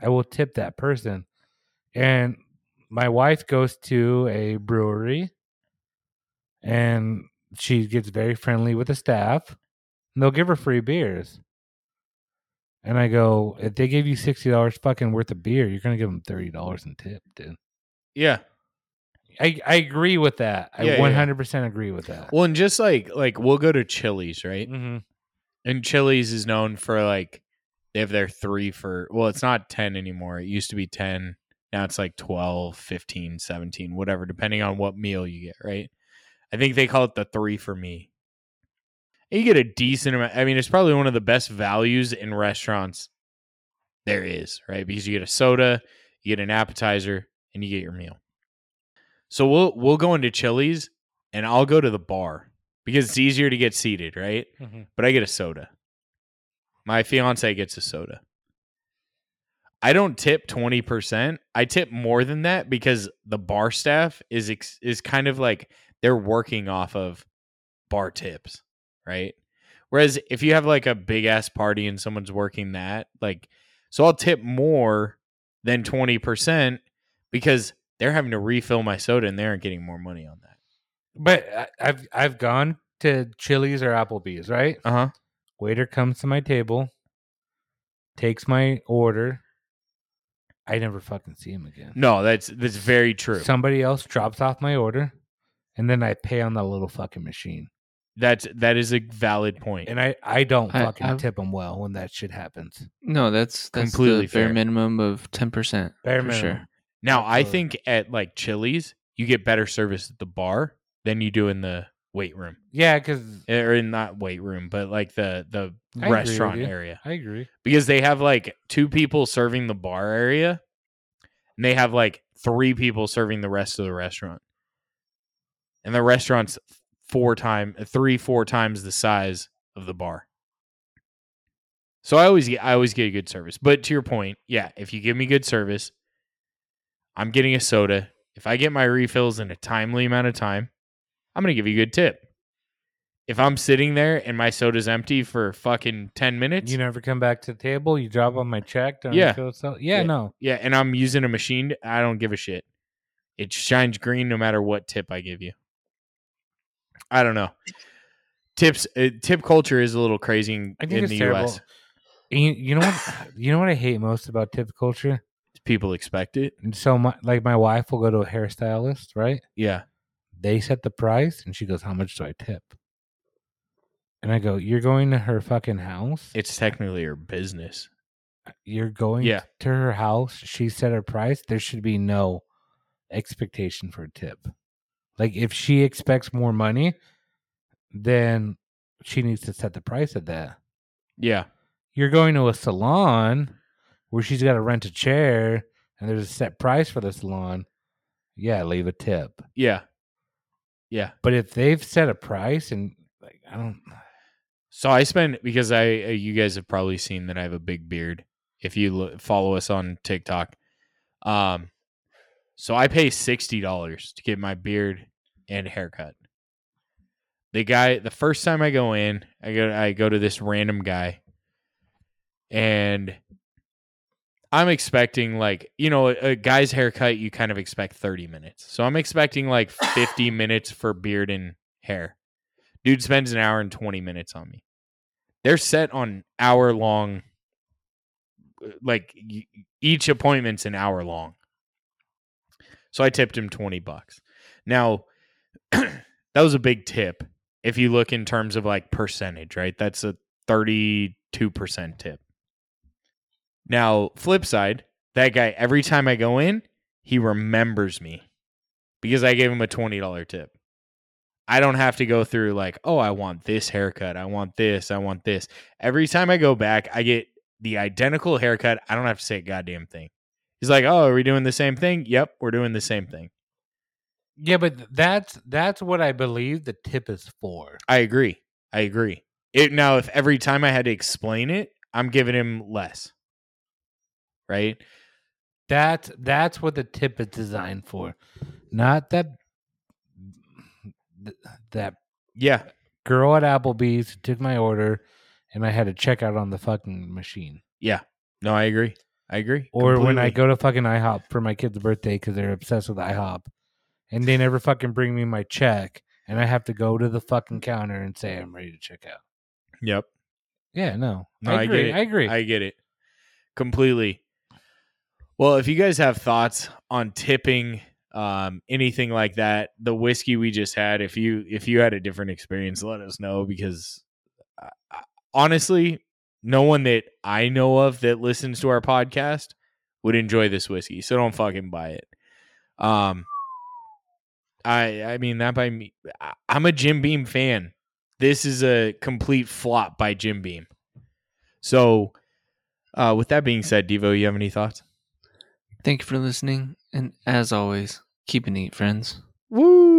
I will tip that person. And my wife goes to a brewery and she gets very friendly with the staff. And they'll give her free beers. And I go, if they gave you $60 fucking worth of beer, you're going to give them $30 in tip, dude.
Yeah.
I, I agree with that. I
Yeah, yeah, yeah.
100% agree with that.
Well, mm-hmm, and just like like we'll go to Chili's, right?
Mhm.
And Chili's is known for like they have their three for well, it's not 10 anymore. It used to be 10. Now it's like 12, 15, 17, whatever, depending on what meal you get, right? I think they call it the three for me. And you get a decent amount. I mean, it's probably one of the best values in restaurants there is, right? Because you get a soda, you get an appetizer, and you get your meal. So we'll we'll go into Chili's and I'll go to the bar because it's easier to get seated, right? but I get a soda. My fiance gets a soda. I don't tip 20%. I tip more than that because the bar staff is ex- is kind of like they're working off of bar tips, right? Whereas if you have like a big ass party and someone's working that, like so I'll tip more than 20% because they're having to refill my soda and they aren't getting more money on that.
But I, I've, I've gone to Chili's or Applebee's, right?
Uh-huh.
Waiter comes to my table, takes my order. I never fucking see him again.
No, that's that's very true.
Somebody else drops off my order, and then I pay on the little fucking machine.
That's that is a valid point.
And I, I don't
I-
fucking
I've-
tip them well when that shit happens.
No, that's that's
Completely
the bare
fair.
minimum of ten percent.
Bare
for
minimum.
sure.
Now I
Absolutely.
think at like Chili's, you get better service at the bar than you do in the weight room, eh,
Yeah, because
or in not weight room, but like the the
I agree with
restaurant
you.
area,
I agree.
because they have like two people serving the bar area, and they have like three people serving the rest of the restaurant, and the restaurant's four time three four times the size of the bar. So I always get I always get good service. But to your point, yeah, if you give me good service, I'm getting a soda. If I get my refills in a timely amount of time, I'm gonna give you a good tip. If I'm sitting there and my soda's empty for fucking ten minutes,
You never come back to the table. You drop on my check. Don't
Yeah.
You feel so? yeah,
Yeah.
no.
yeah, and I'm using a machine, I don't give a shit. It shines green no matter what tip I give you. I don't know. Tips uh, tip culture is a little crazy in,
I think
in
it's
the
terrible.
US.
And you, you know what? you know what I hate most about tip culture.
People expect it.
And so, my, like, my wife will go to a hairstylist, right?
Yeah.
they set the price and she goes how much do i tip and i go you're going to her fucking house
It's technically your business.
you're going
Yeah.
to her house she set her price there should be no expectation for a tip like if she expects more money then she needs to set the price at that
Yeah.
you're going to a salon where she's got to rent a chair and there's a set price for the salon yeah leave a tip
Yeah. Yeah.
but if they've set a price and like i don't
So I spend because I uh, you guys have probably seen that I have a big beard. If you lo- follow us on TikTok, um, so I pay sixty dollars to get my beard and haircut. The guy, the first time I go in, I go I go to this random guy, and I'm expecting like you know a, a guy's haircut you kind of expect thirty minutes, so I'm expecting like fifty minutes for beard and hair. Dude spends an hour and 20 minutes on me. They're set on hour long uh, like y- each appointment's an hour long. So I tipped him 20 bucks. Now, that was a big tip if you look in terms of like percentage, right? That's a 32% tip. Now, flip side, that guy, every time I go in, he remembers me because I gave him a $20 tip. I don't have to go through like, oh, I want this haircut. I want this. I want this. Every time I go back, I get the identical haircut. I don't have to say a goddamn thing. He's like, oh, are we doing the same thing? Yep, we're doing the same thing.
Yeah, but th- that's that's what I believe the tip is for.
I agree. I agree. It, now, if every time I had to explain it, I'm giving him less. Right?
That's that's what the tip is designed for. Not that th- that
Yeah.
girl at Applebee's who took my order and I had to check out on the fucking machine.
Yeah. No, I agree. I agree.
Or when I
completely.
go to fucking IHOP for my kid's birthday because they're obsessed with IHOP and they never fucking bring me my check and I have to go to the fucking counter and say I'm ready to check out.
Yep.
Yeah, no.
No, I get
agree.
it.
I agree.
I get it completely. Well, if you guys have thoughts on tipping, um, anything like that, the whiskey we just had, if you if you had a different experience, let us know because uh, uh, honestly, no one that I know of that listens to our podcast would enjoy this whiskey, so don't fucking buy it. Um, I I mean that by me, I- I'm a Jim Beam fan. This is a complete flop by Jim Beam. So, uh, with that being said, Devo, you have any thoughts?
Thank you for listening. And as always, keep it neat, friends.
Woo!